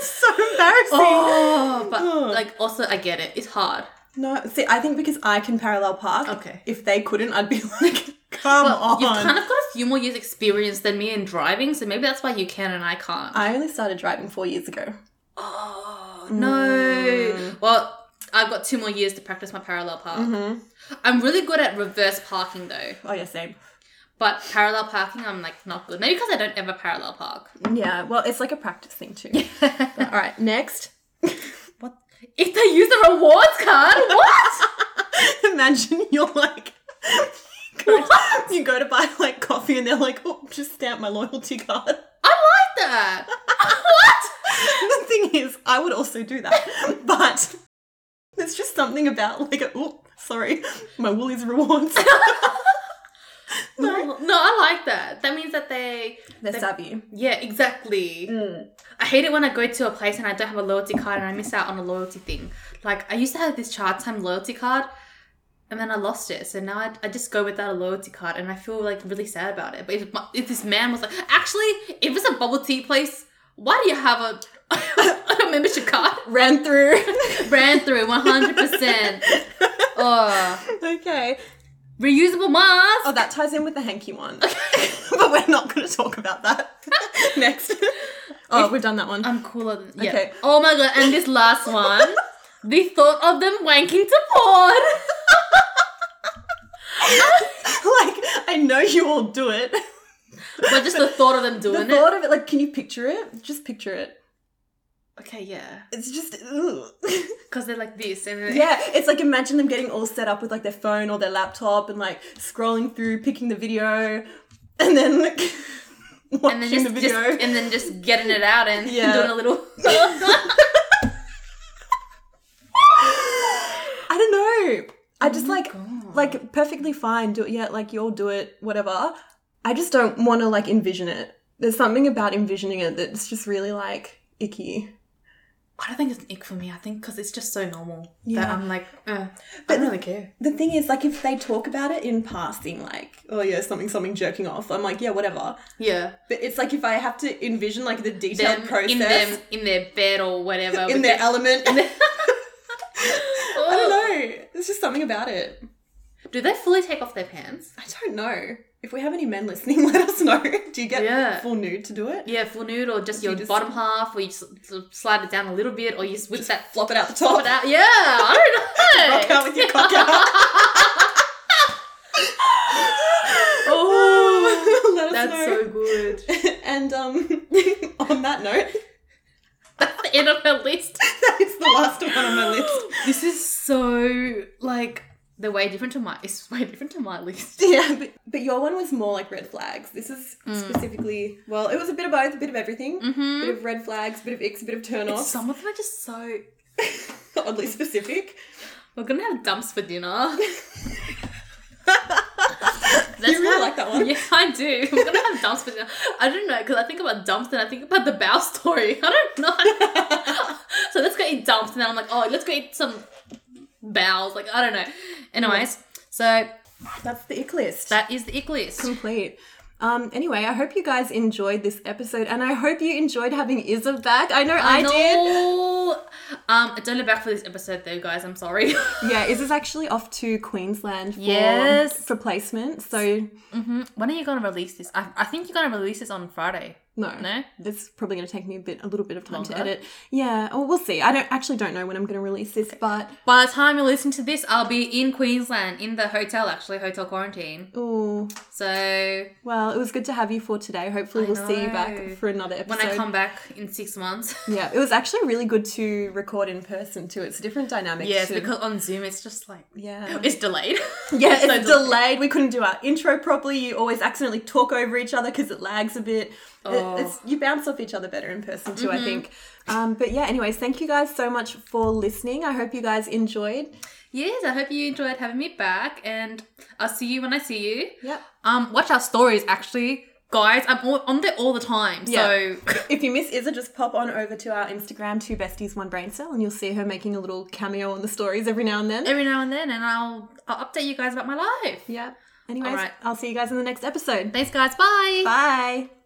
Speaker 2: It's so embarrassing.
Speaker 1: Oh,
Speaker 2: Oh.
Speaker 1: but like also I get it. It's hard.
Speaker 2: No, see, I think because I can parallel park.
Speaker 1: Okay.
Speaker 2: If they couldn't, I'd be like, come
Speaker 1: Well,
Speaker 2: on.
Speaker 1: you've kind of got a few more years experience than me in driving, so maybe that's why you can and I can't.
Speaker 2: I Mm. only started driving four years ago.
Speaker 1: oh no! Well, I've got two more years to practice my parallel park.
Speaker 2: Mm-hmm.
Speaker 1: I'm really good at reverse parking though,
Speaker 2: Oh yeah, same.
Speaker 1: but parallel parking I'm like not good. Maybe because I don't ever parallel park.
Speaker 2: Yeah, well, it's like a practice thing too. All right, next.
Speaker 1: What? If they use the rewards card, what?
Speaker 2: Imagine you're like, you go, you go to buy like coffee and they're like, oh, just stamp my loyalty card.
Speaker 1: I like that. what?
Speaker 2: the thing is, I would also do that, but there's just something about like, a, oh, sorry, my Woolies rewards.
Speaker 1: No, no, I like that. That means that they
Speaker 2: They're savvy.
Speaker 1: Yeah, exactly. I hate it when I go to a place and I don't have a loyalty card and I miss out on a loyalty thing. Like, I used to have this chart time loyalty card and then I lost it. So now I, I just go without a loyalty card and I feel like really sad about it. But if, my- if this man was like, actually, if it's a bubble tea place, why do you have a, a membership card?
Speaker 2: Ran through.
Speaker 1: Ran through 100%. oh,
Speaker 2: okay.
Speaker 1: reusable
Speaker 2: Oh,
Speaker 1: mask.
Speaker 2: that ties in with the hanky one. but we're not going to talk about that. Next. Oh, we've done that one.
Speaker 1: I'm cooler than yeah.
Speaker 2: Okay.
Speaker 1: Oh my god! And this last one, the thought of them wanking to porn.
Speaker 2: like, I know you all do it.
Speaker 1: but just the thought of them
Speaker 2: The
Speaker 1: doing it.
Speaker 2: thought of it, like, can you picture it? Just picture it.
Speaker 1: Okay, yeah.
Speaker 2: It's just, ugh.
Speaker 1: Because they're like this and then
Speaker 2: yeah, it's like imagine them getting all set up with like their phone or their laptop and like scrolling through, picking the video, and then like, watching
Speaker 1: and then just,
Speaker 2: the video.
Speaker 1: just- and then just getting it out and
Speaker 2: Yeah.
Speaker 1: doing a little
Speaker 2: I don't know. I just like
Speaker 1: Oh God.
Speaker 2: like perfectly fine. Do it, yeah, like you'll do it, whatever. I just don't want to like envision it. There's something about envisioning it that's just really like icky.
Speaker 1: I don't think it's an ick for me. I think because it's just so normal that
Speaker 2: Yeah.
Speaker 1: I'm like, uh, I
Speaker 2: But
Speaker 1: don't
Speaker 2: the-
Speaker 1: really care.
Speaker 2: The thing is, like, if they talk about it in passing, like, oh yeah, something, something jerking off, I'm like, yeah, whatever.
Speaker 1: Yeah,
Speaker 2: But it's like if I have to envision like the detailed
Speaker 1: them
Speaker 2: process
Speaker 1: in them in their bed or whatever.
Speaker 2: in
Speaker 1: with
Speaker 2: their
Speaker 1: their-
Speaker 2: element, I
Speaker 1: Oh.
Speaker 2: don't know. There's just something about it.
Speaker 1: Do they fully take off their pants?
Speaker 2: I don't know. If we have any men listening, let us know. Do you get
Speaker 1: Yeah.
Speaker 2: full nude to do it?
Speaker 1: Yeah, full nude or just
Speaker 2: You
Speaker 1: your
Speaker 2: just-
Speaker 1: bottom half, or you just sort of slide it down a little bit, or you switch that
Speaker 2: Flop it out the top.
Speaker 1: foot out. Yeah, I
Speaker 2: Rock
Speaker 1: don't know.
Speaker 2: out with your cock out.
Speaker 1: oh,
Speaker 2: Let us
Speaker 1: that's
Speaker 2: know.
Speaker 1: so good.
Speaker 2: and um, on that note,
Speaker 1: That's the end of her list.
Speaker 2: that is the last one on my list.
Speaker 1: This is so like they're way different to my. It's way different to my list.
Speaker 2: Yeah, but, but your one was more like red flags. This is specifically, well, it was a bit of both, a bit of everything.
Speaker 1: Mm. Mm-hmm.
Speaker 2: Bit of red flags, bit of icks, bit of turn offs.
Speaker 1: Some of them are just so.
Speaker 2: Oddly specific.
Speaker 1: We're gonna have dumps for dinner.
Speaker 2: You really like that one?
Speaker 1: Yeah, I do. We're gonna have dumps for dinner. I don't know because I think about dumps and I think about the bow story. I don't know. so let's go eat dumps and then I'm like, oh, let's go eat some bows. Like I don't know. Anyways, so
Speaker 2: That's the ick list.
Speaker 1: that is the ick list.
Speaker 2: complete. Um, anyway, I hope you guys enjoyed this episode and I hope you enjoyed having Izza back. I know I, did.
Speaker 1: know. Um, don't look back for this episode though, guys. I'm sorry.
Speaker 2: Yeah, Izza's actually off to Queensland for,
Speaker 1: Yes.
Speaker 2: for placement. So,
Speaker 1: hmm When are you gonna release this? I, I think you're gonna release this on Friday.
Speaker 2: no.
Speaker 1: No.
Speaker 2: It's probably going to take me a bit, a little bit of time to
Speaker 1: Longer?
Speaker 2: edit. Yeah, oh, we'll see. I don't actually don't know when I'm going to release this, but
Speaker 1: By the time you listen to this, I'll be in Queensland in the hotel, actually, hotel quarantine.
Speaker 2: oh,
Speaker 1: So when
Speaker 2: well, it was good to have you for today. Hopefully,
Speaker 1: I
Speaker 2: we'll see you
Speaker 1: know.
Speaker 2: back for another episode.
Speaker 1: I come back in six months.
Speaker 2: yeah, it was actually really good to record in person too. It's a different dynamic.
Speaker 1: yes,
Speaker 2: to-
Speaker 1: because on Zoom it's just like
Speaker 2: yeah,
Speaker 1: it's delayed.
Speaker 2: Yeah, it's
Speaker 1: so
Speaker 2: delayed. We couldn't do our intro properly. You always accidentally talk over each other because it lags a bit. It-
Speaker 1: Oh. Mm-hmm.
Speaker 2: it's, you bounce off each other better in person too, I think. Um, but yeah, anyways, thank you guys so much for listening. I hope you guys enjoyed.
Speaker 1: yes, I hope you enjoyed having me back, and I'll see you when I see you.
Speaker 2: Yep.
Speaker 1: Um, watch our stories, actually, guys. I'm all, on there all the time.
Speaker 2: Yeah.
Speaker 1: So
Speaker 2: If you miss Izza, just pop on over to our Instagram, Two Besties One Brain Cell, and you'll see her making a little cameo on the stories every now and then.
Speaker 1: every now and then, and I'll I'll update you guys about my life.
Speaker 2: yeah. Anyways,
Speaker 1: Alright.
Speaker 2: I'll see you guys in the next episode.
Speaker 1: Thanks, guys. Bye.
Speaker 2: Bye.